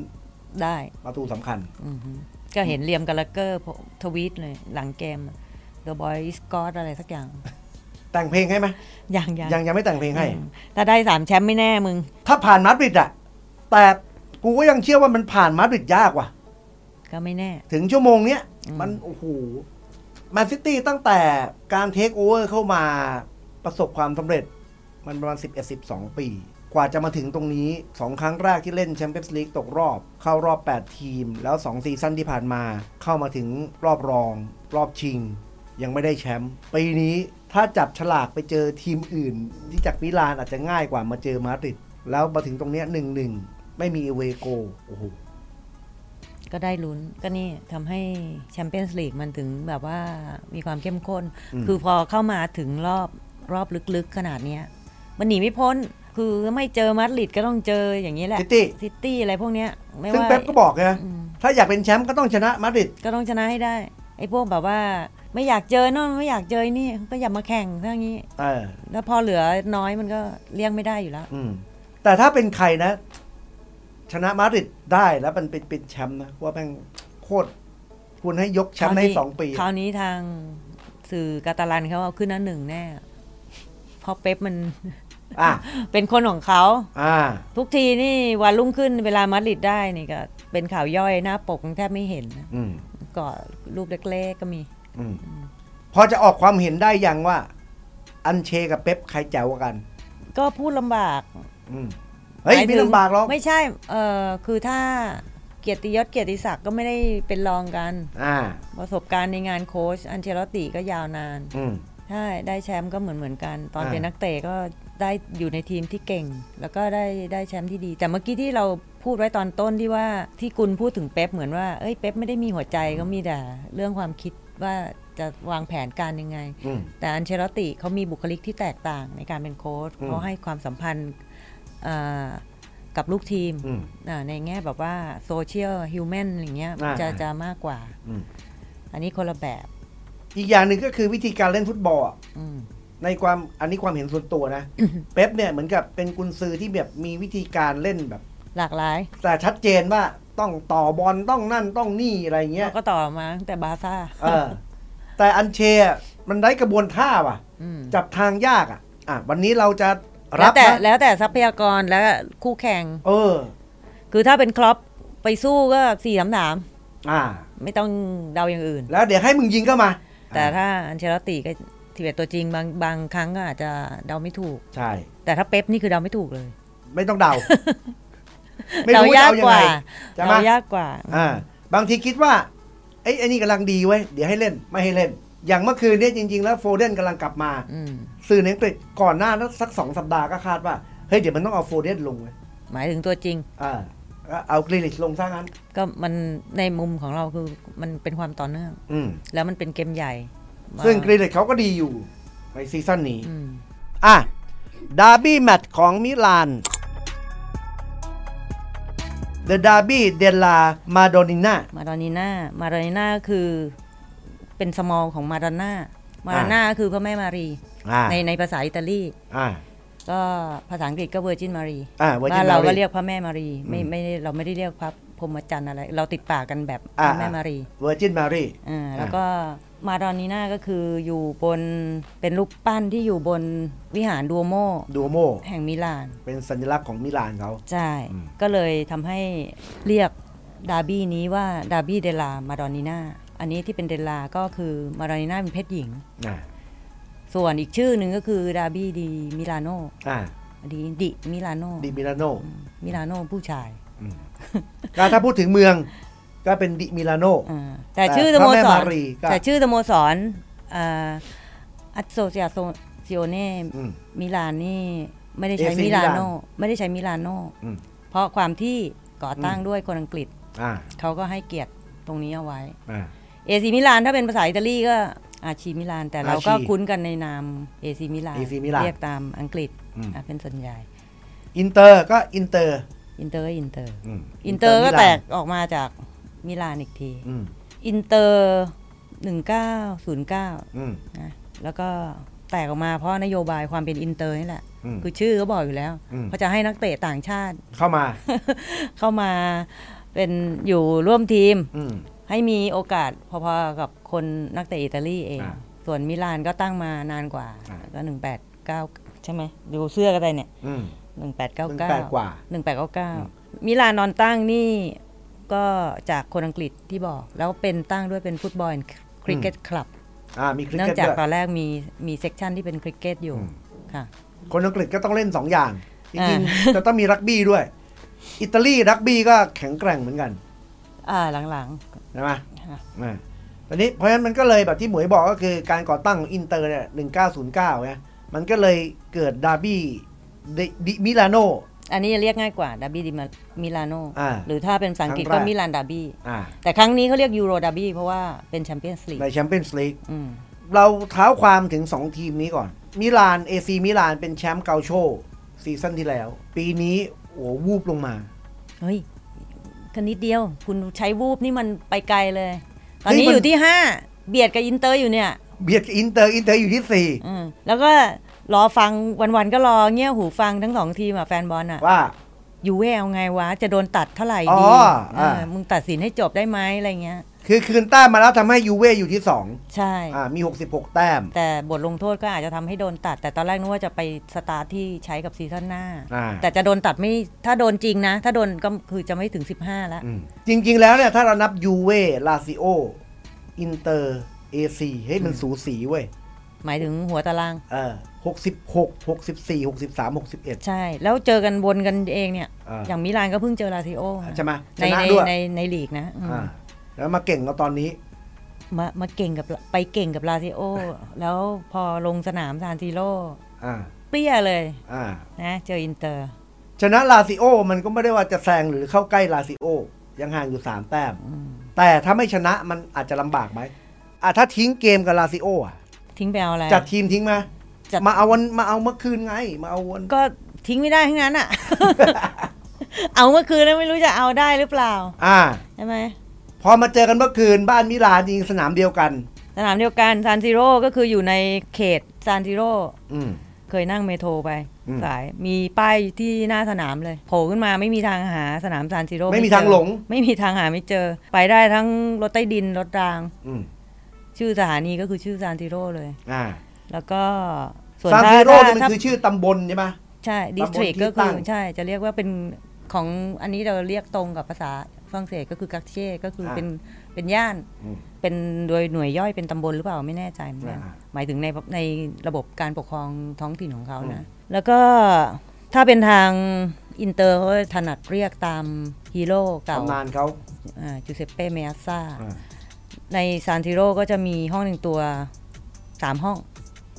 ได้ ประตูสำคัญ อือฮึก็เห็นเลียมกาลาเกอร์ทวีตเลยหลังเกม The Boy is God อะไรสักอย่าง แต่งเพลงให้ไหม อย่างอย่าง ยังยังไม่แต่งเพลงให้ อืมถ้าได้สามแชมป์ไม่แน่มึง ถ้าผ่านมาดริดอะแต่กูก็ยังเชื่อว่ามันผ่านมาดริดยากว่ะ ก็ไม่แน่ ถึงชั่วโมงเนี้ย อืม มัน โอ้โหแมนซิตี้ตั้งแต่การเทคโอเวอร์เข้ามาประสบความสำเร็จ มันประมาณ 11 12 ปี กว่าจะมาถึงตรงนี้ 2 ครั้งแรกที่เล่นแชมเปี้ยนส์ลีกตกรอบ เข้ารอบ 8 ทีม แล้ว 2 ซีซั่นที่ผ่านมา เข้ามาถึงรอบรอง รอบชิง ยังไม่ได้แชมป์ปีนี้ถ้าจับฉลากไปเจอทีมอื่น ที่จากมิลานอาจจะง่ายกว่ามาเจอมาดริดแล้วมาถึงตรงเนี้ยหนึ่งหนึ่งไม่มีเอเวโกโอ้โห ก็ได้ลุ้นก็นี่ทำให้แชมเปี้ยนส์ลีกมันถึงแบบว่ามีความเข้มข้น อืม คือพอเข้ามาถึงรอบรอบลึกๆขนาดเนี้ย มันหนีไม่พ้น คือไม่เจอมาดริดก็ต้องเจออย่างนี้แหละ ซิตี้ ซิตี้อะไรพวกเนี้ยไม่ ซึ่ง ว่า เป๊ปก็บอกนะ อืม ถ้าอยากเป็นแชมป์ก็ต้องชนะมาดริด ก็ต้องชนะให้ได้ ไอ้พวกแบบว่า ไม่อยากเจอโน่นไม่อยากเจอนี่ก็อย่ามาแข่งถ้างี้ เออ แล้วพอเหลือน้อยมันก็เลี่ยงไม่ได้อยู่แล้ว อืม แต่ถ้าเป็นใครนะ ชนะมาดริดได้แล้วมันเป็นเป็นแชมป์นะ ว่าแม่งโคตรคุณให้ยกแชมป์ให้สองปี คราวนี้ทางสื่อกาตาลันเขาเอาขึ้นนันหนึ่งแน่เพราะเป๊ปมัน อ่ะ เป็นคนของเขา อ่า ทุกทีนี่วันรุ่งขึ้นเวลามาดริดได้นี่ก็เป็นข่าวย่อยหน้าปกแทบไม่เห็นนะ อืม ก็รูปเล็กๆก็มี อืม พอจะออกความเห็นได้ยังว่า อันเชกับเป๊ปใครแจ๋วกว่ากัน ก็พูดลำบาก อืม เฮ้ย หายถึ ไม่ลำบากหรอก ไม่ใช่ เออคือถ้าเกียรติยศเกียรติศักดิ์ก็ไม่ได้เป็นรองกัน อ่า ประสบการณ์ในงานโค้ชอันเชลอตติก็ยาวนาน อืม ใช่ได้แชมป์ก็เหมือนเหมือนๆกัน ตอน อ่า เป็นนักเตะก็ได้อยู่ในทีมที่เก่ง แล้วก็ได้ได้แชมป์ที่ดี แต่เมื่อกี้ที่เราพูดไว้ตอนต้นที่ว่าที่กุลพูดถึงเป๊ปเหมือนว่าเอ้ยเป๊ปไม่ได้มีหัวใจก็มีแต่เรื่องความคิดว่าจะวางแผนการยังไง อืม แต่อันเชลอตติเขามีบุคลิกที่แตกต่างในการเป็นโค้ช อืม เขาให้ความสัมพันธ์เอ่อกับลูกทีม อืม อ่าในแง่แบบว่าโซเชียลฮิวแมนอย่างเงี้ย อ่า จะจะมากกว่า อืม อันนี้คนละแบบ อีกอย่างหนึ่งก็คือวิธีการเล่นฟุตบอลอะ อืม ในความอันนี้ความเห็นส่วนตัวนะ เป๊ปเนี่ยเหมือนกับเป็นกุนซือที่แบบมีวิธีการเล่นแบบ หลากหลาย แต่ชัดเจนว่าต้องต่อบอลต้องนั่นต้องนี่อะไรเงี้ย เราก็ต่อมาตั้งแต่บาร์ซ่า เออ แต่อันเชยอะมันได้กระบวนท่าว่ะ อืม จับทางยากอ่ะ อ่ะ วันนี้เราจะ แล้ รั ว บ แต่ นะ แล้วแต่ทรัพยากรและคู่แข่ง เออ คือถ้าเป็นครอปไปสู้ก็สี่สามสาม อ่า ไม่ต้องเดาอย่างอื่น แล้วเดี๋ยวให้มึงยิงเข้ามา แต่ อ่ะ ถ้าอันเชลอตติก็ทีเวตตัวจริงบางบางครั้งก็อาจจะเดาไม่ถูก ใช่ แต่ถ้าเป๊ปนี่คือเดาไม่ถูกเลย ไม่ต้องเดา ไม่รู้จะ ยากกเอายังไง ว่า ใช่ไหม เดายากกว่า อ่า บางทีคิดว่าไอ้ยไอ้นี่กำลังดีเว้ยเดี๋ยวให้เล่นไม่ให้เล่น อย่างเมื่อคืนเนี่ยจริง ๆ แล้วโฟเดนกำลังกลับมา อืม สื่อในอังกฤษก่อนหน้านั้นสักสองสัปดาห์ก็คาดว่า เฮ้ย เดี๋ยวมันต้องเอาโฟเดนลงเลย หมายถึงตัวจริง อ่าก็เอากรีลิชลงซะงั้น ก็มันในมุมของเราคือมันเป็นความต่อเนื่อง อืม แล้วมันเป็นเกมใหญ่มา ซึ่งกรีลิชเขาก็ดีอยู่ในซีซั่นนี้ อืม อ่ะ ดาร์บี้แมตช์ของมิลาน The Derby de la Madonnina มาดอนีน่ามาดอนีน่าคือเป็นสมอลของมาดอนน่ามาดอนน่าคือพระแม่มารี อ่า ในในภาษาอิตาลี อ่า ก็ภาษาอังกฤษก็เวอร์จินมารี อ่า Virgin บ้านเราก็ Mary เรียกพระแม่มารี ไม่ไม่ได้เราไม่ได้เรียกพระพรหมจรรย์อะไร เราติดปากกันแบบพ อ่า ระแม่มารี เวอร์จินมารี อ่าแล้วก็มาดอนนีน่าก็คืออยู่บนเป็นรูปปั้นที่อยู่บนวิหารดูโอโม ดูโม แห่งมิลาน เป็นสัญลักษณ์ของมิลานเขา ใช่ อืม ก็เลยทำให้เรียกดาร์บี้นี้ว่าดาร์บี้เดลามาดอนนีนาอันนี้ที่เป็นเดลาก็คือมาดอนนีนาเป็นเพศหญิง อ่า ส่วนอีกชื่อหนึ่งก็คือดาร์บี้ดีมิลานโน อ่า ดีดิมิลานโน ดิมิลานโน มิลานโนผู้ชาย ก็ถ้าพูดถึงเมืองก็เป็นดิมิลานโน อ่าแต่ แต่ ชื่อสโมส พรระแม่มารีก็ แต่ชื่อสโมสรอัตโซเซียโซเน่ อืม มิลานนี่ไม่ได้ใช้ AC มิลานโน มิลาน ไม่ได้ใช้มิลานโน อืม เพราะความที่ก่อตั้งด้วยคนอังกฤษ อ่า เขาก็ให้เกียรติตรงนี้เอาไว้ อ่า เอซีมิลานถ้าเป็นภาษาอิตาลีก็อาชีมิลาน แต่เราก็ AC คุ้นกันในนามเอซีมิลาน AC Milan เรียกตามอังกฤษ อืม อ่ะเป็นส่วนใหญ่ อินเตอร์ก็อินเตอร์ อินเตอร์อินเตอร์ ม อินเตอร์ก็ มิลาน แตกออกมาจาก มิลานอีกที อืม อินเตอร์ 1909 อืม นะแล้วก็แตกออกมาเพราะนโยบายความเป็นอินเตอร์นี่แหละ อืม คือชื่อก็บอกอยู่แล้ว อืม เขาจะให้นักเตะต่างชาติ เข้ามา เข้ามาเป็นอยู่ร่วมทีม อืม ให้มีโอกาสพอๆกับคนนักเตะอิตาลีเอง อ่า ส่วนมิลานก็ตั้งมานานกว่า อ่า ก็หนึ่งแปดเก้าใช่ไหมดูเสื้อก็ได้เนี่ย อืม หนึ่งแปดเก้าเก้า 18กว่า หนึ่งแปดเก้าเก้ามิลานนอนตั้งนี่ก็จากคนอังกฤษที่บอก แล้วเป็นตั้งด้วยเป็นฟุตบอลคริกเก็ตคลับ อ่ามีคริก เนื่อ เก็ ง ต จาก ด้วย ตอนแรกมีมีเซกชันที่เป็นคริกเก็ตอยู่ อืม ค่ะ คนอังกฤษก็ต้องเล่นสองอย่างจริง อ่า ๆจะต้องมีรักบี้ด้วย อิตาลีรักบี้ก็แข็งแกร่งเหมือนกัน อ่าหลัง ใช่ไหม ๆค่ะ อ่าตอนนี้เพราะฉะนั้นมันก็เลยแบบที่หมวยบอกก็คือการก่อตั้งของอินเตอร์เนี่ยหนึ่งเก้าศูนย์เก้าไงมันก็เลยเกิดดาร์บี้ดิดิมิลาโน อันนี้จะเรียกง่ายกว่าดาร์บี้ดิมิลาโน อ่า หรือถ้าเป็นภาษาอังกฤษ คก็รั้งแรก มิลานดาร์บี้ อ่า แต่ครั้งนี้เขาเรียกยูโรดาร์บี้เพราะว่าเป็นแชมเปี้ยนส์ลีก ในแชมเปี้ยนส์ลีก อืม เราเท้าความถึง 2 ทีมนี้ก่อน มิลานเอซีมิลานเป็นแชมป์เกาโชซีซั่นที่แล้ว ปีนี้โอ้โหวูบลงมา เฮ้ยก็นิดเดียว คุณใช้วูบนี่มันไปไกลเลย ตอน นี่ นี้ มัน อยู่ที่ 5 เบียดกับอินเตอร์อยู่เนี่ย เบียดกับอินเตอร์อินเตอร์อยู่ที่ อืมแล้วก็รอฟังวันๆก็รอเงี้ยหูฟังทั้งสองทีมอะแฟนบอลอะ 4 ว่า ยูเว่เอาไงวะ จะโดนตัดเท่าไหร่ อ๋ ดี อ เอ อ่า อมึงตัดสินให้จบได้ไหมอะไรเงี้ย คือคืนแต้มมาแล้วทำให้ยูเว่อยู่ที่ 2 ใช่ อ่ามี 66 แต้ม แต่บทลงโทษก็อาจจะทำให้โดนตัด แต่ตอนแรกนึกว่าจะไปสตาร์ทที่ใช้กับซีซั่นหน้า อ่า แต่จะโดนตัดไม่ถ้าโดนจริงนะ ถ้าโดนก็คือจะไม่ถึง 15แล้ว จริง ๆ แล้วเนี่ย ถ้าเรานับยูเว่ลาซิโออินเตอร์เอซีเฮ้ยมันสูสีเว้ย หมายถึงหัวตาราง เออ66 64 63 61 ใช่ แล้วเจอกันวนกันเองเนี่ย อ่า อย่างมิลานก็เพิ่งเจอลาซิโอ ใช่ไหม ใน ชนะ ใน ด้วย ในในลีกนะอืม อ่าแล้วมาเก่งเราตอนนี้ มามาเก่งกับไปเก่งกับลาซิโอ แล้วพอลงสนามซานซิโร่ อ่า เปรี้ยเลย อ่า นะเจออินเตอร์ ชนะลาซิโอ มันก็ไม่ได้ว่าจะแซงหรือเข้าใกล้ลาซิโอ ยังห่างอยู่สามแต้ม แต่ถ้าไม่ชนะมันอาจจะลำบากไหมอ่ะถ้าทิ้งเกมกับลาซิโออ่ะ ทิ้งไปเอาอะไร จัดทีมทิ้งไหมา จัด มาเอาวันมาเอาเมื่อคืนไง มาเอาวัน ก็ทิ้งไม่ได้ทั้งนั้นอะ เอาเมื่อคืนแล้วไม่รู้จะเอาได้หรือเปล่า อ่า ใช่ไหม พอมาเจอกันเมื่อคืนบ้านมิลานยิงสนามเดียวกัน สนามเดียวกันซานซิโร่ก็คืออยู่ในเขตซานซิโร่ อืม เคยนั่งเมโทรไป อืม สายมีป้ายที่หน้าสนามเลยโผล่ขึ้นมาไม่มีทางหาสนามซานซิโร่ ไม่มี เจอ ทางหลง ไม่มีทางหาไม่เจอ ไปได้ทั้งรถใต้ดินรถราง อืม ชื่อสถานีก็คือชื่อซานซิโร่เลย อ่า แล้วก็ ซานซิโร่ ถ้ เนี่ยมัน ถ้า คือชื่อตำบลใช่ไหม ใช่ดิส ตำบตลริก ที่ ก็คืตั้อง ใช่จะเรียกว่าเป็นของอันนี้เราเรียกตรงกับภาษาฝรั่งเศสก็คือกักเช่ก็คือเป็นเป็นย่าน อืม เป็นโดยหน่วยย่อยเป็นตำบลหรือเปล่าไม่แน่ใจเหมือนกัน อ่า หมายถึงในในระบบการปกครองท้องถิ่นของเขานะ แล้วก็ถ้าเป็นทางอินเตอร์เขาจะถนัดเรียกตามฮีโร่เก่า ตำนานเขา จูเซเป้เม a ซ่า อ่า ในซานติโร่ก็จะมีห้องหนึ่งตัว 3 ห้อง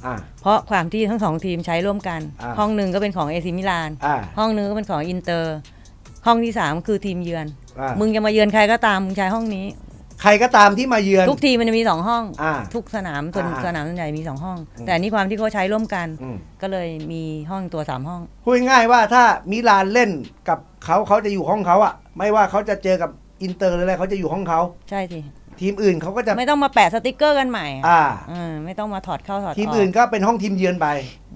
อ่า เพราะความที่ทั้งสองทีมใช้ร่วมกัน อ่า ห้องหนึ่งก็เป็นของเอซิมิลาน อ่า ห้องหนึงก็เป็นของอินเตอร์ ห้องที่ 3 คือทีมเยือน อ่ามึ มึงจะมาเยือนใครก็ตามมึงใช้ห้องนี้ ใครก็ตามที่มาเยือน ทุกทีมมันจะมีสองห้อง อ่า ทุกสนามส่วน อ่า สนามส่วนใหญ่มีสองห้อง อืม แต่อันนี่ความที่เขาใช้ร่วมกัน อืม ก็เลยมีห้องตัวสามห้อง พูดง่ายๆว่าถ้ามิลานเล่นกับเขาเขาจะอยู่ห้องเขาอะไม่ว่าเขาจะเจอกับอินเตอร์หรืออะไรเขาจะอยู่ห้องเขา ใช่สิ ทีมอื่นเขาก็จะ ไม่ต้องมาแปะสติกเกอร์กันใหม่อะ อ่า เออไม่ต้องมาถอดเข้าถอดออก ทีมอื่นก็เป็นห้องทีมเยือนไป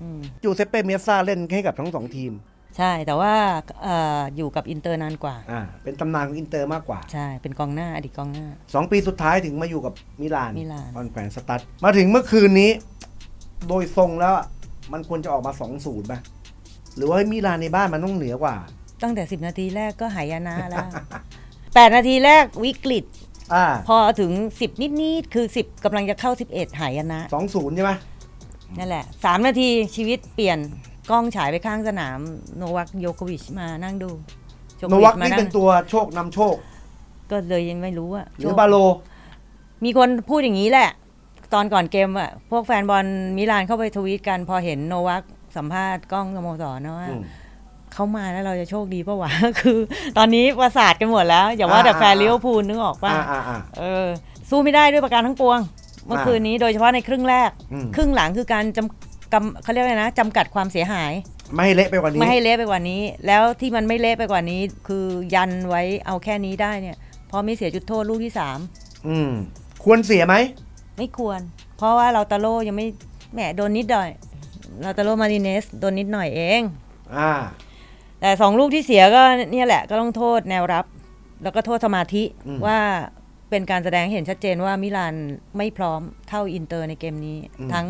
อืม จูเซปเป้เมสซาเล่นให้กับทั้งสองทีม ใช่ แต่ว่าเอ่ออยู่กับอินเตอร์นานกว่า อ่าเป็นตำนานของอินเตอร์มากกว่า ใช่ เป็นกองหน้าอดีตกองหน้า 2 ปีสุดท้ายถึงมาอยู่กับมิลาน มิลาน ออนแขวนสตัดมาถึงเมื่อคืนนี้ โดยทรงแล้วอะมันควรจะออกมา2อศูนย์ป่ะหรือว่ามิลานในบ้านมันต้องเหนือกว่า ตั้งแต่ 10 นาทีแรกก็หายนะแล้ว 8 นาทีแรกวิกฤต อ่า พอถึง 10 นิดๆคือ 10กำลังจะเข้า 11 หายนะ สองศูนย์ใช่ไหม นั่นแหละ 3 นาทีชีวิตเปลี่ยนกล้องฉายไปข้างสนาม โนวักโยโควิชมานั่งดูโย โน โควิ วัก ชมา นี่ นั่ เป็ ง นตัวโชคนำโชค ก็เลยยังไม่รู้อะ หรือบาโล มีคนพูดอย่างนี้แหละ ตอนก่อนเกมอะพวกแฟนบอลมิลานเข้าไปทวีตกัน พอเห็นโนวักสัมภาษณ์กล้องสโมสรนะว่า อืม เขามาแล้วเราจะโชคดีปะวะ คือ ตอนนี้ประสาทกันหมดแล้ว อย่าว่าแต่แฟน อ่า ลิเวอร์พูลนึกออกป่ะ อ่าอ่าอ่า เออสู้ไม่ได้ด้วยประการทั้งปวง เมื่อคืนนี้โดยเฉพาะในครึ่งแรก อืม ครึ่งหลังคือการจำกำเขาเรียกอะไรนะจำกัดความเสียหาย ไม่ให้เละไปกว่านี้ ไม่ให้เละไปกว่านี้ แล้วที่มันไม่เละไปกว่านี้ คือยันไว้เอาแค่นี้ได้เนี่ย พ พอไม่เสียจุดโทษลูกที่สาม อืม ควรเสียไหม ไม่ควร เพราะว่าเราตาโลยังไม่แหมโดนนิดหน่อยเราตาโลมาริเนสโดนนิดหน่อยเอง อ่า แต่สองลูกที่เสียก็เนี่ยแหละก็ต้องโทษแนวรับ แล้วก็โทษสมาธิ อืม ว่าเป็นการแสดงให้เห็นชัดเจนว่ามิลานไม่พร้อมเท่าอินเตอร์ในเกมนี้ อืม ทั้ง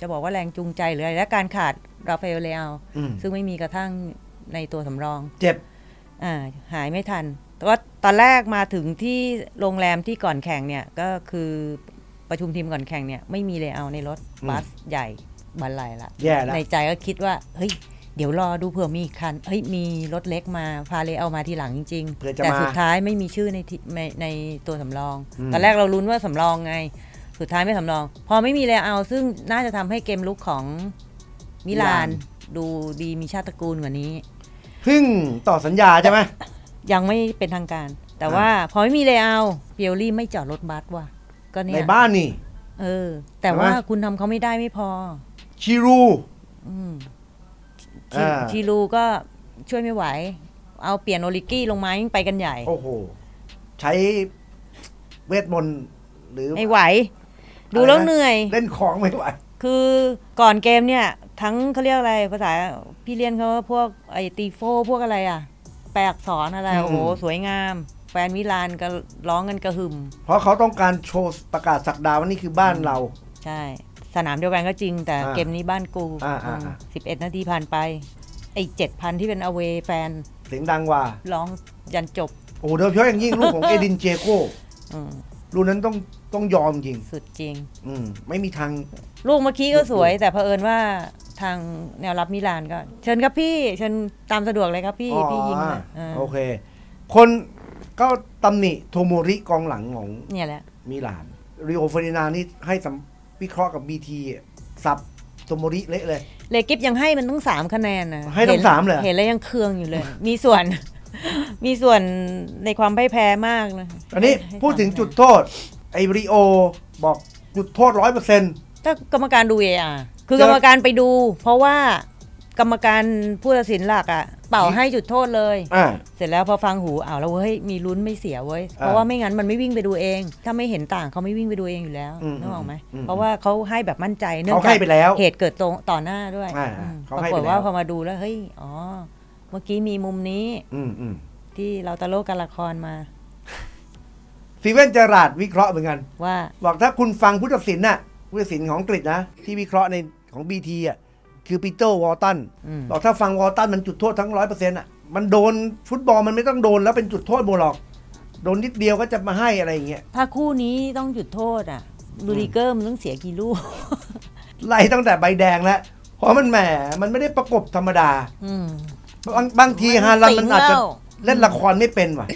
จะบอกว่าแรงจูงใจหรืออะไร และการขาดราฟาเอลเลอา อืม ซึ่งไม่มีกระทั่งในตัวสำรอง เจ็บ อ่าหายไม่ทัน แต่ว่าตอนแรกมาถึงที่โรงแรมที่ก่อนแข่งเนี่ย ก็คือประชุมทีมก่อนแข่งเนี่ย ไม่มีเลยเอาในรถ อืม บัสใหญ่บันไลละ แย่ละ ในใจก็คิดว่า เฮ้ย เดี๋ยวรอดูเผื่อมีอีกคัน เฮ้ย มีรถเล็กมา พาเลยเอามาทีหลังจริง เพื่อจะ แต่ มา สุดท้ายไม่มีชื่อในทีในในตัวสำรอง อืม ตอนแรกเราลุ้นว่าสำรองไง สุดท้ายไม่สำรอง พอไม่มีเลยเอาซึ่งน่าจะทำให้เกมลุกของมิลานดูดีมีชาติตระกูลกว่านี้ เพึ่งต่อสัญญาใช่ไหม ยังไม่เป็นทางการ แต่ อ่า ว่าพอไม่มีเลยเอาเปียวรี่ไม่จอดรถบัสว่ะ ก็เนี่ ใน ย บ้านนี่ เออ แต่ ใช่ไหม ว่าคุณทำเขาไม่ได้ไม่พอ ชิรู อืมช อ่า ชีลูก็ช่วยไม่ไหว เอาเปลี่ยนโอลิกี้ลงมายิ่งไปกันใหญ่ โอ้โห ใช้เวทมนต์หรือ ไม่ไหว ดู อะไรนะ แล้วเหนื่อย เล่นของไม่ไหว คือก่อนเกมเนี่ย ทั้งเขาเรียกอะไรภาษาพี่เรียนเขาว่าพวกไอ้ตีโฟพวกอะไรอ่ะ แปลอักษรอะไร อืม โอ้โห สวยงาม แฟนมิลานก็ร้องกันกระหึ่ม เพราะเขาต้องการโชว์ประกาศสักดาว่านี่คือบ้านเรา ใช่ สนามเดียวกันก็จริงแต่ อ่า เกมนี้บ้านกู อ่าอ่าอ่า สิบเอ็ดนาทีผ่านไป ไอ้เจ็ดพันที่เป็นอเวแฟน เสียงดังกว่า ร้องยันจบ โอ้โหโดยเฉพาะอย่างยิ่งลูกของ เอดินเจโก้ อืม ลูกนั้นต้องต้องยอมจริง สุดจริง อืม ไม่มีทาง ลูกเมื่อกี้ก็สวย แต่เผอิญว่าทางแนวรับมิลานก็ เชิญครับพี่ เชิญตามสะดวกเลยครับพี่ อ๋อ พี่ยิงนะเออ โอเค คนก็ตำหนิโทโมริกองหลังของ เนี่ยแหละ มิลานริโอเฟอร์ดินานด์นี่ให้สัมวิเคราะห์กับบีทีสับโทโมริเละเลย เลกิฟยังให้มันตั้งสามคะแนนนะ ให้ตั้ง น สามเลยเหรอ เห็นแล้วยังเคืองอยู่เลย มีส่วน มีส่วนในความพ่ายแพ้มากนะ อันนี้ ให้ พูดถึง สามคะแนน จุดโทษ ไอริโอบอกจุดโทษร้อยเปอร์เซ็นต์ ก็กรรมการดูเออคื เจ อ อ กรรมการไปดู เพราะว่ากรรมการผู้ตัดสินหลักอ่ะ เป่าให้จุดโทษเลย อ่า เสร็จแล้วพอฟังหูอ้าวแล้วเว้ยมีลุ้นไม่เสียเว้ยเพ อ่า ราะว่าไม่งั้นมันไม่วิ่งไปดูเอง ถ้าไม่เห็นต่างเขาไม่วิ่งไปดูเองอยู่แล้ว อืม นึกออกไหม อืม เพราะว่าเขาให้แบบมั่นใจเนื่อง เขา จา ให้ ก ไปแล้ว เหตุเกิดตรงต่อหน้าด้วย อ่า อืม เขา ป ให้ รา ไป กฏว่า แล้ว พอมาดูแล้วเฮ้ยอ๋อเมื่อกี้มีมุมนี้ อืมอืม ที่เราตะโลกการละครมา ซีเว่นเจอราร์ดวิเคราะห์เหมือนกัน ว่า บอกถ้าคุณฟังผู้ตัดสินน่ะผู้ตัดสินของอังกฤษนะ ที่วิเคราะห์ในของบีทีอ่ะคือปีเตอร์วอลตัน อืม บอกถ้าฟังวอลตันมันจุดโทษทั้งร้อยเปอร์เซ็นต์อ่ะมันโดนฟุตบอลมันไม่ต้องโดนแล้วเป็นจุดโทษโมหรอก โดนนิดเดียวก็จะมาให้อะไรอย่างเงี้ย ถ้าคู่นี้ต้องหยุดโทษอ่ะดูดีเกอร์มันต้องเสียกี่ลูก ไล่ตั้งแต่ใบแดงแล้วเพราะมันแหมมันไม่ได้ประกบธรรมดา อืม บางบางทีฮารัน มัสิมัน นง อาจจะ แล้ว เล่นละครไม่เป็นว่ะ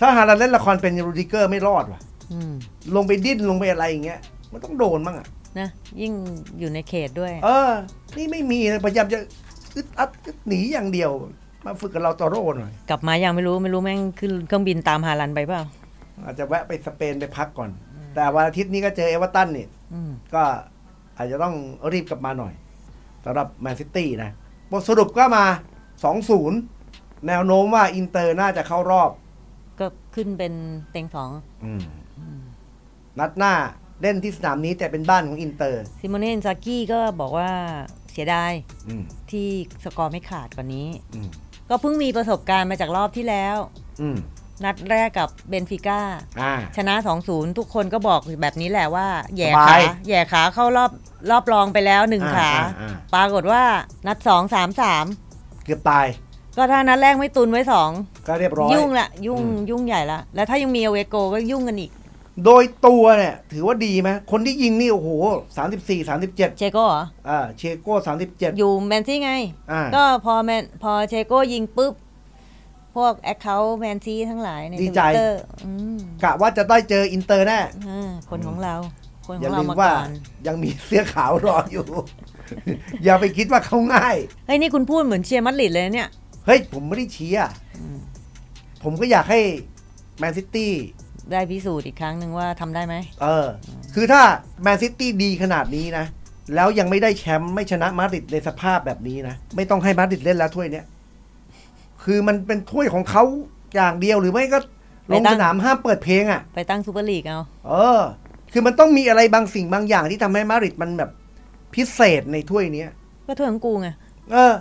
ถ้าฮารันเล่นละครเป็นรูดิเกอร์ไม่รอดว่ะ อืม ลงไปดิ้นลงไปอะไรอย่างเงี้ย มันต้องโดนบ้างอ่ะ นะยิ่งอยู่ในเขตด้วย เออ นี่ไม่มีเลยพยายามจะอึดอัดอึดหนีอย่างเดียว มาฝึกกับเราตอโร่หน่อย กลับมายังไม่รู้ไม่รู้แม่งขึ้นเครื่องบินตามฮาลันไปเปล่า อาจจะแวะไปสเปนไปพักก่อน แต่วันอาทิตย์นี้ก็เจอเอเวอร์ตันนี่ อืม ก็อาจจะต้องรีบกลับมาหน่อยสำหรับแมนซิตี้นะบทสรุปก็มา 2-0 แนวโน้มว่าอินเตอร์น่าจะเข้ารอบ ก็ขึ้นเป็นเต็งสอง นัดหน้าเล่นที่สนามนี้แต่เป็นบ้านของอินเตอร์ ซิโมเนนซากี้ก็บอกว่าเสียดายที่สกอร์ไม่ขาดกว่านี้ ก็เพิ่งมีประสบการณ์มาจากรอบที่แล้ว นัดแรกกับเบนฟิก้า อ่า ชนะ 2-0 ทุกคนก็บอกแบบนี้แหละว่าแหย่ ส ขา บาย แหย่ขาเข้ารอบรอบรองไปแล้วหนึ่ง อ่า ขา อ่าอ่า ปรากฏว่านัดสองสามสาม เกือบตาย ก็ถ้านัดแรกไม่ตุนไว้สอง ก็เรียบร้อย ยุ่งละยุ่ง อืม ยุ่งใหญ่ละ แล้วถ้ายังมีอเวโกก็ยุ่งกันอีก โดยตัวเนี่ย ถือว่าดีไหมคนที่ยิงนี่ โอ้โห 34 37 เชโก้เหรอ อ่าเชโก้ 37 อยู่แมนซี่ไง อ่า ก็พอแมนพอเชโก้ยิงปุ๊บ พวกแอคเคาท์แมนซีทั้งหลายใน ดีใจ ทวิตเตอร์อืม กะว่าจะได้เจออินเตอร์แน่ อ่าคนของเรา คนขอย่อาง เรา ลืม มา ว่า ก่อน ยังมีเสื้อขาวรออยู่ อย่าไปคิดว่าเขาง่าย เฮ้ยนี่คุณพูดเหมือนเชียร์มัดริดเลยเนี่ย เฮ้ย ผมไม่ได้เชียร์ผมก็อยากให้แมนซิตี้ ได้พิสูจน์อีกครั้งหนึ่งว่าทำได้ไหม เออ คือถ้าแมนซิตี้ดีขนาดนี้นะ แล้วยังไม่ได้แชมป์ไม่ชนะมาดริดในสภาพแบบนี้นะ ไม่ต้องให้มาดริดเล่นแล้วถ้วยเนี้ย คือมันเป็นถ้วยของเขาอย่างเดียวหรือไม่ก็ ลงสนามห้ามเปิดเพลงอ่ะ ไปตั้งซูเปอร์ลีกเอา เออ คือมันต้องมีอะไรบางสิ่งบางอย่างที่ทำให้มาดริดมันแบบพิเศษในถ้วยเนี้ย ก็ถ้วยของกูไง เออ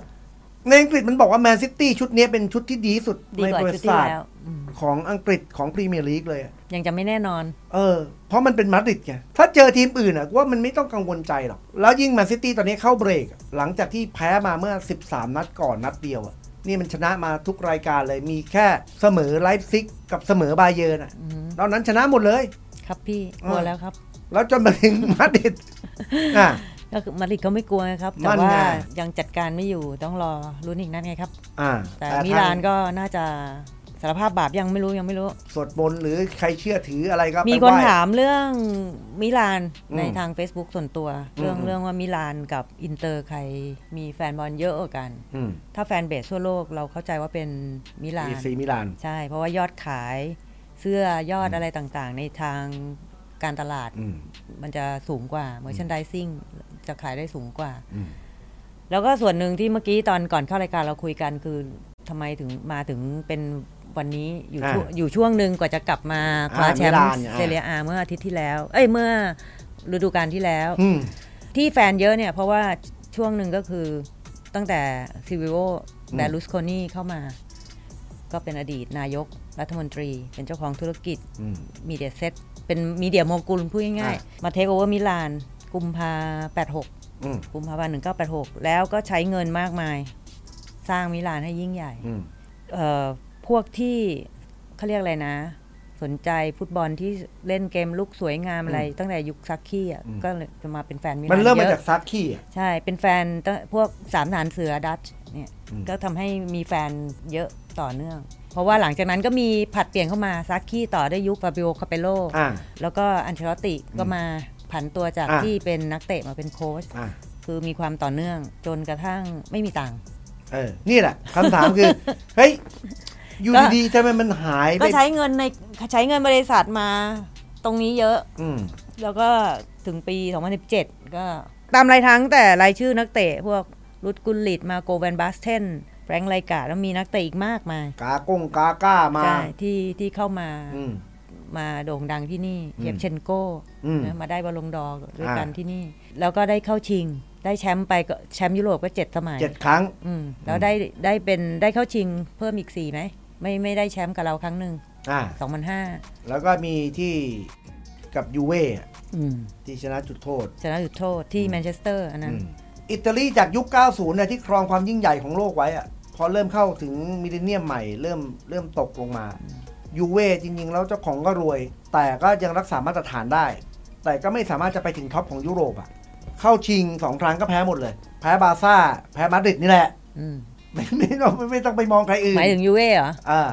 ในอังกฤษมันบอกว่าแมนซิตี้ชุดเนี้ยเป็นชุดที่ดีที่สุด ดี ใน กว่า ประวั ชุด ติ ที่ ศาสตร์ แล้วอืม ของอังกฤษของพรีเมียร์ลีกเลยอะ ยังจะไม่แน่นอน เออ เพราะมันเป็นมาดริดไง ถ้าเจอทีมอื่นอ่ะกูว่ามันไม่ต้องกังวลใจหรอก แล้วยิ่งแมนซิตี้ตอนนี้เข้าเบรก หลังจากที่แพ้มาเมื่อ 13 นัดก่อนนัดเดียวอ่ะ นี่มันชนะมาทุกรายการเลย มีแค่เสมอไลฟ์ซิกกับเสมอบาเยิร์นอ่ะ อืม นอกนั้นชนะหมดเลย ครับพี่ เอกอลัวแล้วครับ แล้วจนมาถึงมาดริดอ่ะ ก็คือมาดริดก็ไม่กลัวไงครับ แต่ มั่น ว่า ไง ยังจัดการไม่อยู่ต้องรอลุ้นอีกนัดไงครับ อ่า แต่ ทง มิลานก็น่าจะสารภาพบาปยังไม่รู้ยังไม่รู้ สวดมนต์หรือใครเชื่อถืออะไรก็ มี ไป คน ไหว้ ถามเรื่องมิลาน อืม ในทาง Facebook ส่วนตัว เรื่อง อืม เรื่องว่ามิลานกับอินเตอร์ใครมีแฟนบอลเยอะกว่ากัน อืม ถ้าแฟนเบสทั่วโลกเราเข้าใจว่าเป็นมิลาน อีซีมิลาน ใช่ เพราะว่ายอดขายเสื้อยอดอะไรต่างๆ ในทางการตลาด อืม มันจะสูงกว่า merchandising จะขายได้สูงกว่า อืม แล้วก็ส่วนหนึ่งที่เมื่อกี้ตอนก่อนเข้ารายการเราคุยกันคือทำไมถึงมาถึงเป็นวันนี้อยู่ช่วงอยู่ช่วงหนึ่งกว่าจะกลับมาคว้าแชมป์เซเรียอาเมื่ออาทิตย์ที่แล้ว เอ้ยเมื่อฤดูกาลที่แล้ว อืม ที่แฟนเยอะเนี่ยเพราะว่าช่วงหนึ่งก็คือตั้งแต่ซิวิโอ อืม แบลูสโคนีเข้ามา ก็เป็นอดีตนายกรัฐมนตรี เป็นเจ้าของธุรกิจ อืม มีเดียเซตเป็นมีเดียโมกุลพูดง่าย อ่ะ ๆ มาเทคโอเวอร์มิลาน กุมภา86 อืม กุมภาพันธ์1986 แล้วก็ใช้เงินมากมาย สร้างมิลานให้ยิ่งใหญ่ อืม เอ่อพวกที่เขาเรียกอะไรนะ สนใจฟุตบอลที่เล่นเกมลุกสวยงามอะไร ตั้งแต่ยุคซักกี้อ่ะก็เลยจะมาเป็นแฟนมิลาน มันเริ่มมา เยอะ จากซักขี้อ่ะ ใช่ เป็นแฟนตั้งพวกสามฐานเสือดัตช์เนี่ย อืม ก็ทำให้มีแฟนเยอะต่อเนื่อง เพราะว่าหลังจากนั้นก็มีผลัดเปลี่ยนเข้ามาซักขี้ต่อด้วยยุคฟาบิโอคาเปโล อ่า แล้วก็อันเชลอตติก็มาผันตัวจาก อ่ะ ที่เป็นนักเตะมาเป็นโค้ช อ่า คือมีความต่อเนื่องจนกระทั่งไม่มีตังค์ เออ นี่แหละคำถาม คือ เฮ้ย อยู่ ก็ ดีๆทำไมมันหายไป ก็ใช้เงินในใช้เงินบริษัทมาตรงนี้เยอะ อืม แล้วก็ถึงปี 2017 ก็ตามรายทั้งแต่รายชื่อนักเตะ พวกรุดกุลลิตมาโกแวนบาสเทนแฟรงค์ไลกาแล้วมีนักเตะอีกมากมาย กากงกาก้ามา ใช่ที่ที่เข้ามา อืม มาโด่งดังที่นี่ อืม เยฟเชนโก้ อืม นะมาได้บอลลงดอร์ด้วยกัน อ่า ที่นี่ แล้วก็ได้เข้าชิง ได้แชมป์ไปก็แชมป์ยุโรปก็เจ็ดสมัย เจ็ดครั้ง อืมแล้วได้ได้เป็นได้เข้าชิงเพิ่มอีกสี่ไหมไม่ไม่ได้แชมป์กับเราครั้งหนึ่ง อ่า 2005 แล้วก็มีที่กับยูเว่อะ อืม ที่ชนะจุดโทษ ชนะจุดโทษที่แมนเชสเตอร์อัน อื นั้น มอิตาลีจากยุค 90เนี่ยที่ครองความยิ่งใหญ่ของโลกไว้อะพอเริ่มเข้าถึงมิลเลนเนียมใหม่เริ่มเริ่มตกลงมายูเว่จริงๆ แล้วเจ้าของก็รวย แต่ก็ยังรักษามาตรฐานได้ แต่ก็ไม่สามารถจะไปถึงท็อปของยุโรปอะเข้าชิงสองครั้งก็แพ้หมดเลย แพ้บาร์ซ่า แพ้มาดริดนี่แหละ อืม ไม่ไม่ต้องไม่ต้องไปมองใครอื่น หมายถึงยูเว่เหรอ อ่า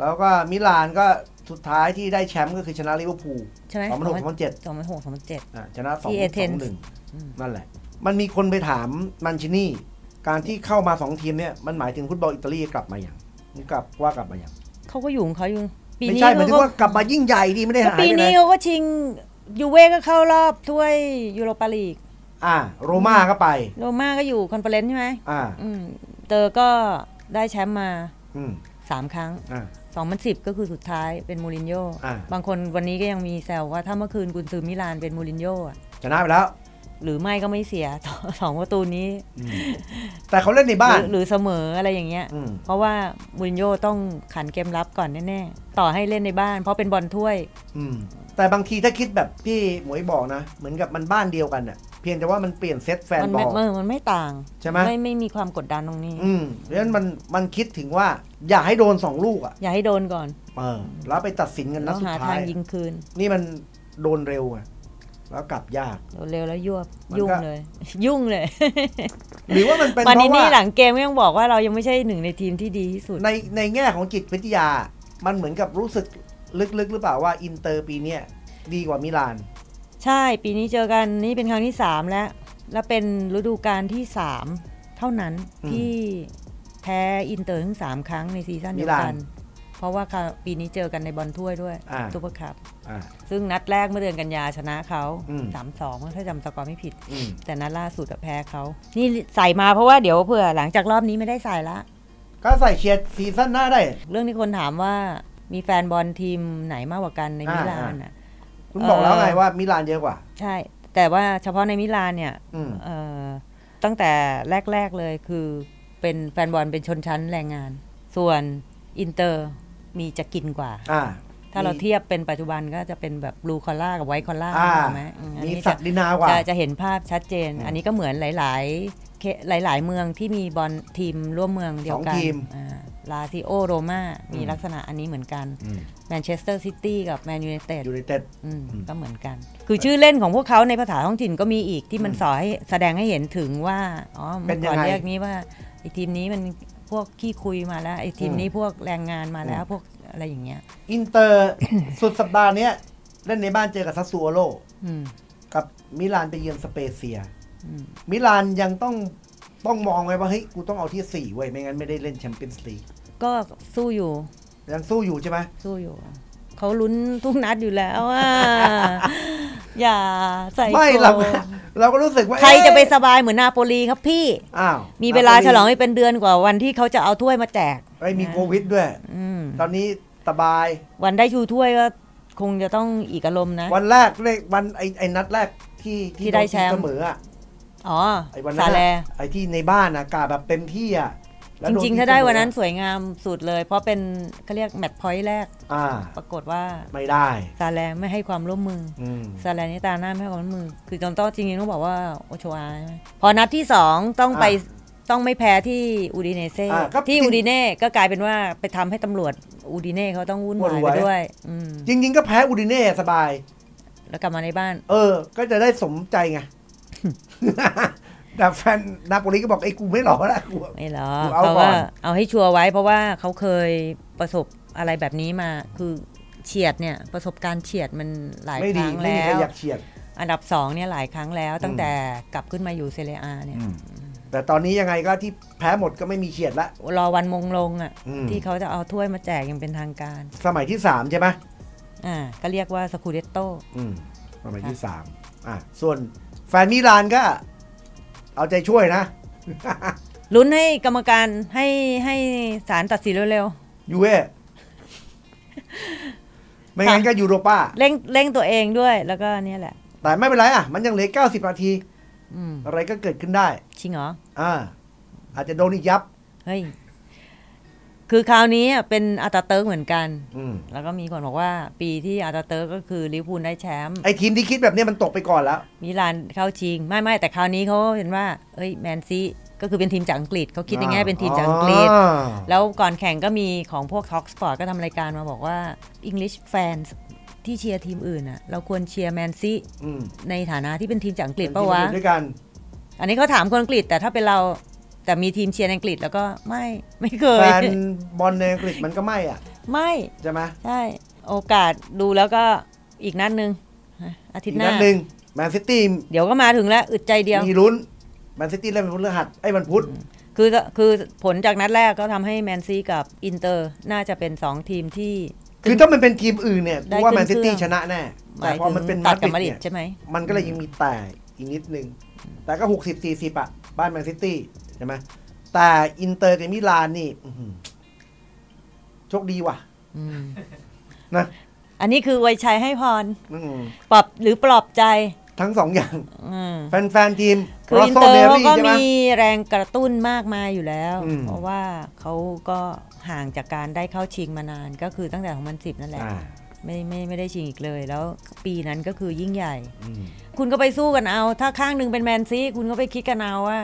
แล้วก็มิลานก็สุดท้ายที่ได้แชมป์ก็คือชนะลิเวอร์พูล ใช่ไหม สองพันหกสองพันเจ็ด สองพันหกสองพันเจ็ด อ่ะชนะสอง ที่ สอง Athens หนึ่ง อืม นั่นแหละ มันมีคนไปถามมันชินี่ การที่เข้ามาสองทีมเนี่ยมันหมายถึงฟุตบอลอิตาลีกลับมาอย่างมันกลับว่ากลับมาอย่าง เขาก็อยู่ของเขาอยู่ปี ไม่ นี้ ใช่หมาย เขา ถึง ก็ ว่ากลับมายิ่งใหญ่ดีไม่ได้ ก็ หาย ปี ไปไหน นี้เขาก็ชิงยูเว่ก็เข้ารอบถ้วยยูโรปาลีก อ่า โรม่าก็ไป โรม่าก็อยู่คอนเฟอเรนซ์ใช่ไหม อ่า อืมเตอร์ก็ได้แชมป์มา อืม 3 ครั้ง อ่า 2010 ก็คือสุดท้ายเป็นมูรินโญ่ อ่า บางคนวันนี้ก็ยังมีแซวว่าถ้าเมื่อคืนกุนซือมิลานเป็นมูรินโญ่อะ ชนะไปแล้ว หรือไม่ก็ไม่เสีย สองประตูนี้ แต่เขาเล่นในบ้าน หรือหรือเสมออะไรอย่างเงี้ย อืม เพราะว่ามูรินโญ่ต้องขันเกมรับก่อนแน่ๆต่อให้เล่นในบ้าน เพราะเป็นบอลถ้วย อืมแต่บางทีถ้าคิดแบบพี่หมวยบอกนะ เหมือนกับมันบ้านเดียวกันน่ะเพียงแต่ว่ามันเปลี่ยนเซตแฟน มัน บอ ไม่ ล เออมันไม่ต่าง ใช่ไหม ไม่ไม่มีความกดดันตรงนี้ อืมเพราะฉะนั้นมันมันคิดถึงว่า อย่าให้โดนสองลูกอ่ะ อย่าให้โดนก่อน เออแล้วไปตัดสินกันนั แล้ ด ว สุ หา ด ทา ท้างย ยิงคืน นี่มันโดนเร็วอ่ะแล้วกลับยาก โดนเร็วแล้วยวบ มันก็ ยุ่งเลย ยุ่งเลย หรือว่ามันเป็น วัน เพ นี้ ราะ นี่ห ว่า ลังเกมก็ยังบอกว่าเรายังไม่ใช่หนึ่งในทีมที่ดีที่สุด ในในแง่ของจิตวิทยา มันเหมือนกับรู้สึกลึกๆ หรือเปล่าว่าอินเตอร์ปีเนี้ยดีกว่ามิลาน ใช่ ปีนี้เจอกันนี่เป็นครั้งที่ 3 แล้ว และเป็นฤดูกาลที่ 3 เท่านั้น อืม ที่แพ้อินเตอร์ถึง3ครั้งในซีซั่นเดียว มิลาน กัน เพราะว่าคราวปีนี้เจอกันในบอลถ้วยด้วย อ่า ซูเปอร์คัพ อ่า ซึ่งนัดแรกเมื่อเดือนกันยาชนะเขา อืม สามสองถ้าจำสกอร์ไม่ผิด อืม แต่นัดล่าสุดอะแพ้เขา นี่ใส่มาเพราะว่าเดี๋ยวเผื่อหลังจากรอบนี้ไม่ได้ใส่ละ ก็ใส่เชียร์ซีซั่นหน้าได้ เรื่องที่คนถามว่า มีแฟนบอลทีมไหนมากกว่ากันใน อ่า มิลาน อ่า อ่ะ คุณบอกแล้วไง เอ่อ ว่ามิลานเยอะกว่า ใช่ แต่ว่าเฉพาะในมิลานเนี่ย อืม เอ่อตั้งแต่แรก ๆ เลยคือเป็นแฟนบอลเป็นชนชั้นแรงงาน ส่วนอินเตอร์มีจะกินกว่า อ่า ถ้าเราเทียบเป็นปัจจุบันก็จะเป็นแบบบลูคอล่ากับไวท์คอล่า อ่า ไหมอืมอัน มี นี้ ศั จะ กดินากว่า จะจะเห็นภาพชัดเจน อืม อันนี้ก็เหมือนหลาย ๆ เคหลาย ๆ เมืองที่มีบอลทีมร่วมเมืองเดียวกั สอน งทีม อ่าลาซิโอโรมามี อืม ลักษณะอันนี้เหมือนกันแมนเชสเตอร์ซิตี้กับแมนยูไนเต็ด ยูไนเต็ด อืม อืม ก็เหมือนกัน คือชื่อเล่นของพวกเขาในภาษาท้องถิ่นก็มีอีกที่มัน อืม สอนให้แสดงให้เห็นถึงว่า อ๋อ เป็ เมื่อก่อนยัง น ไง เรียกนี้ว่าไอ้ทีมนี้มันพวกขี้คุยมาแล้วไอ้ทีมนี้พวกแรงงานมาแล้ว อืม พวกอะไรอย่างเงี้ย อินเตอร์ สุดสัปดาห์เนี้ยเล่นในบ้านเจอกับซัสซูโอโร อืม กับมิลานไปเยือนสเปเซีย อืม มิลานยังต้องต้องมองไว้ว่าเฮ้ยกูต้องเอาที่สี่เว้ยไม่งั้นไม่ได้เล่นแชมเปี้ยนส์ลีก ก็สู้อยู่ ยังสู้อยู่ใช่ไหม สู้อยู่ เขาลุ้นทุกนัดอยู่แล้วอ่ะ อย่าใส่ ไม่ โก เราเราก็รู้สึกว่า ใครจะไป เอ๊ สบายเหมือนนาโปลีครับพี่ อ้าว มีเวลาฉลองให้เป็นเดือนกว่าวันที่เขาจะเอาถ้วยมาแจก ไอ้ยมีโควิดด้วย อืม ตอนนี้สบาย วันได้ชูถ้วยก็คงจะต้องอีกอารมณ์นะ วันแรกเลขวันไอ้ไอ้นัดแรกที่ ที่ได้แชมป์ โนตีเสมออะ อ๋อ ไอ้วัน สา นั้น แล อะไอ้ที่ในบ้านอะกาแบบเต็มที่อะแล้ว จ โนตี ริง ๆ ถ้าได้ เสมอ วันนั้นสวยงามสุดเลย เพราะเป็นเขาเรียกแมตช์พอยต์แรก อ่า ปรากฏว่า ไม่ได้ ซาแลไม่ให้ความร่วมมือ อืม ซาแลนี่ตาหน้าไม่ให้ความร่วมมือ คือจอมโต้จริงๆต้องบอกว่าโอโชอาใช่ไหมพอนัดที่สองต้องไปต้องไม่แพ้ที่อูดิเนเซ่ อ่าก็ ที่ จริง อูดิเน่ก็กลายเป็นว่าไปทำให้ตำรวจอูดิเน่เขาต้องวุ่นวาย วุ่ ไป นวาย ด้วยอืม จริง ๆ ก็แพ้อูดิเน่สบาย แล้วกลับมาในบ้าน เออ ก็จะได้สมใจไง แต่แฟนนาโปลีก็บอกไอ้กูไม่หลอกแล้วกู ไม่หรอ กูเอา เขา ก่อน ว่าเอาให้ชัวร์ไว้เพราะว่าเขาเคยประสบอะไรแบบนี้มา คือเฉียดเนี่ยประสบการณ์เฉียดมันหลาย ไม่ ค ดี รั้ง ไม่ แล้ มีใคร ว อยากเฉียด อันดับสองเนี่ยหลายครั้งแล้วตั้งแต่กลับขึ้นมาอยู่เซเรียอาเนี่ย แต่ตอนนี้ยังไงก็ที่แพ้หมดก็ไม่มีเฉียดละ รอวันมงลงอะ่ะ อืม ที่เขาจะเอาถ้วยมาแจกอยังเป็นทางการ สมัยที่สามใช่ไหม อ่าก็เรียกว่าสคูเดตโต อืมสมัยที่สามอ่ะส่วนแฟนมิลานก็ เอาใจช่วยนะ ลุ้นให้กรรมการให้ให้ศาลตัดสินเร็ว ยูเว่ไม่งั้นก็ยูโรป้า ๆเร่งเร่งตัวเองด้วยแล้วก็เนี่ยแหละ แต่ไม่เป็นไรอ่ะ มันยังเหลือ 90 นาที อืม อะไรก็เกิดขึ้นได้ จริงเหรอ อ่า อาจจะโดนอีกยับ เฮ้ย คือคราวนี้อะเป็นอาตาเติร์กเหมือนกัน อืม แล้วก็มีคนบอกว่าปีที่อาตาเติร์กก็คือลิเวอร์พูลได้แชมป์ ไอ้ทีมที่คิดแบบเนี้ยมันตกไปก่อนแล้ว มิลานเข้าชิง ไม่ไม่แต่คราวนี้เขาเห็นว่าเอ้ยแมนซีก็คือเป็นทีมจากอังกฤษเขาคิดในแง่เป็นทีมจากอังกฤษ อ่า แล้วก่อนแข่งก็มีของพวก Talk Sport ก็ทำรายการมาบอกว่า English fans ที่เชียร์ทีมอื่นอะเราควรเชียร์แมนซี อืม ในฐานะที่เป็นทีมจากอังกฤษปะวะ เป็นทีมด้วยกัน อันนี้เขาถามคนอังกฤษ แต่ถ้าเป็นเราแต่มีทีมเชียร์ในอังกฤษแล้วก็ไม่ไม่เค แฟ ย นบอลในอังกฤษมันก็ไม่อ่ะ ไม่ ใช่ไหม ใช่โอกาสดูแล้วก็อีกนัดหนึ่งอาทิ อี ต ก ย์ห นั น้า ดหนึ่งแมนซิตี้ เดี๋ยวก็มาถึงแล้วอึดใจเดียว มีลุ้นแมนซิตี้เล่นวันพฤหัสไอ้ยวันพุธ คือคือผลจากนัดแรกก็ทำให้แมนซีกับอินเตอร์น่าจะเป็นสองทีมที่ คือถ้ามันเป็นทีมอื่นเนี่ย ได้ กูว่า ขึ้ แม น นซิตี้ เครื่อง ชนะแน่ ห แต่ มาย พอมันเป็ ถึ น ง มา ตัด ด กับมาด ริ ริ ด ด เนี่ย ใช่ไหม มันก็เลยยังมีแต่อีกนิดนึง แต่ก็หกสิบสี่สิบอะบ้านแมนซิตี้ใช่ไหมแต่อินเตอร์กับมิลานนี่อื้อหือโชคดีว่ะ อืม นะ อันนี้คือไวยชัยให้พร อืม ปรับหรือปลอบใจ ทั้งสองอย่าง อืม แฟนๆทีม คืออิน โซ เตอ เด ร์เขา รี่ ก็ ใช่ไหม มีแรงกระตุ้นมากมายอยู่แล้ว อืม เพราะว่าเขาก็ห่างจากการได้เข้าชิงมานานก็คือตั้งแต่ของมันสิบนั่นแหละ อ่า ไม่ไม่ไม่ได้ชิงอีกเลย แล้วปีนั้นก็คือยิ่งใหญ่ อืม คุณก็ไปสู้กันเอา ถ้าข้างหนึ่งเป็นแมนซีคุณก็ไปคิดกันเอาว่า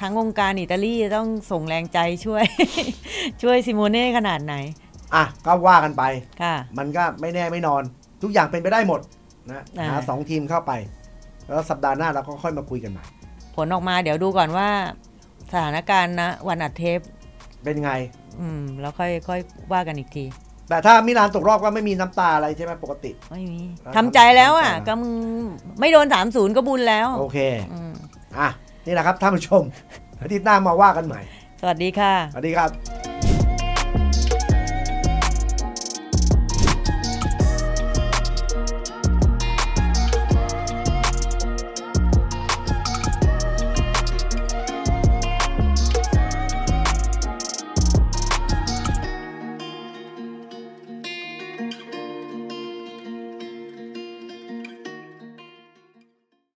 ทั้งวงการอิตาลีต้องส่งแรงใจช่วย ช่วยซิโมเน่ขนาดไหน อ่ะก็ว่ากันไป ค่ะ มันก็ไม่แน่ไม่นอน ทุกอย่างเป็นไปได้หมดนะ อ่า หาสองทีมเข้าไป แล้วสัปดาห์หน้าเราก็ค่อยมาคุยกันใหม่ ผลออกมาเดี๋ยวดูก่อนว่า สถานการณ์นะวันอัดเทป เป็นไง อืม แล้วค่อยค่อยว่ากันอีกที แต่ถ้ามิลานตกรอบก็ไม่มีน้ำตาอะไรใช่ไหมปกติ ไม่มี อ่า ทำใจแล้วอ่ะ ทำใจแล้ว ก็มึงไม่โดนสามศูนย์ก็บุญแล้ว โอเค อืม อ่ะ นี่แหละครับท่านผู้ชมอาทิตย์หน้ามาว่ากันใหม่ สวัสดีค่ะ สวัสดีครับ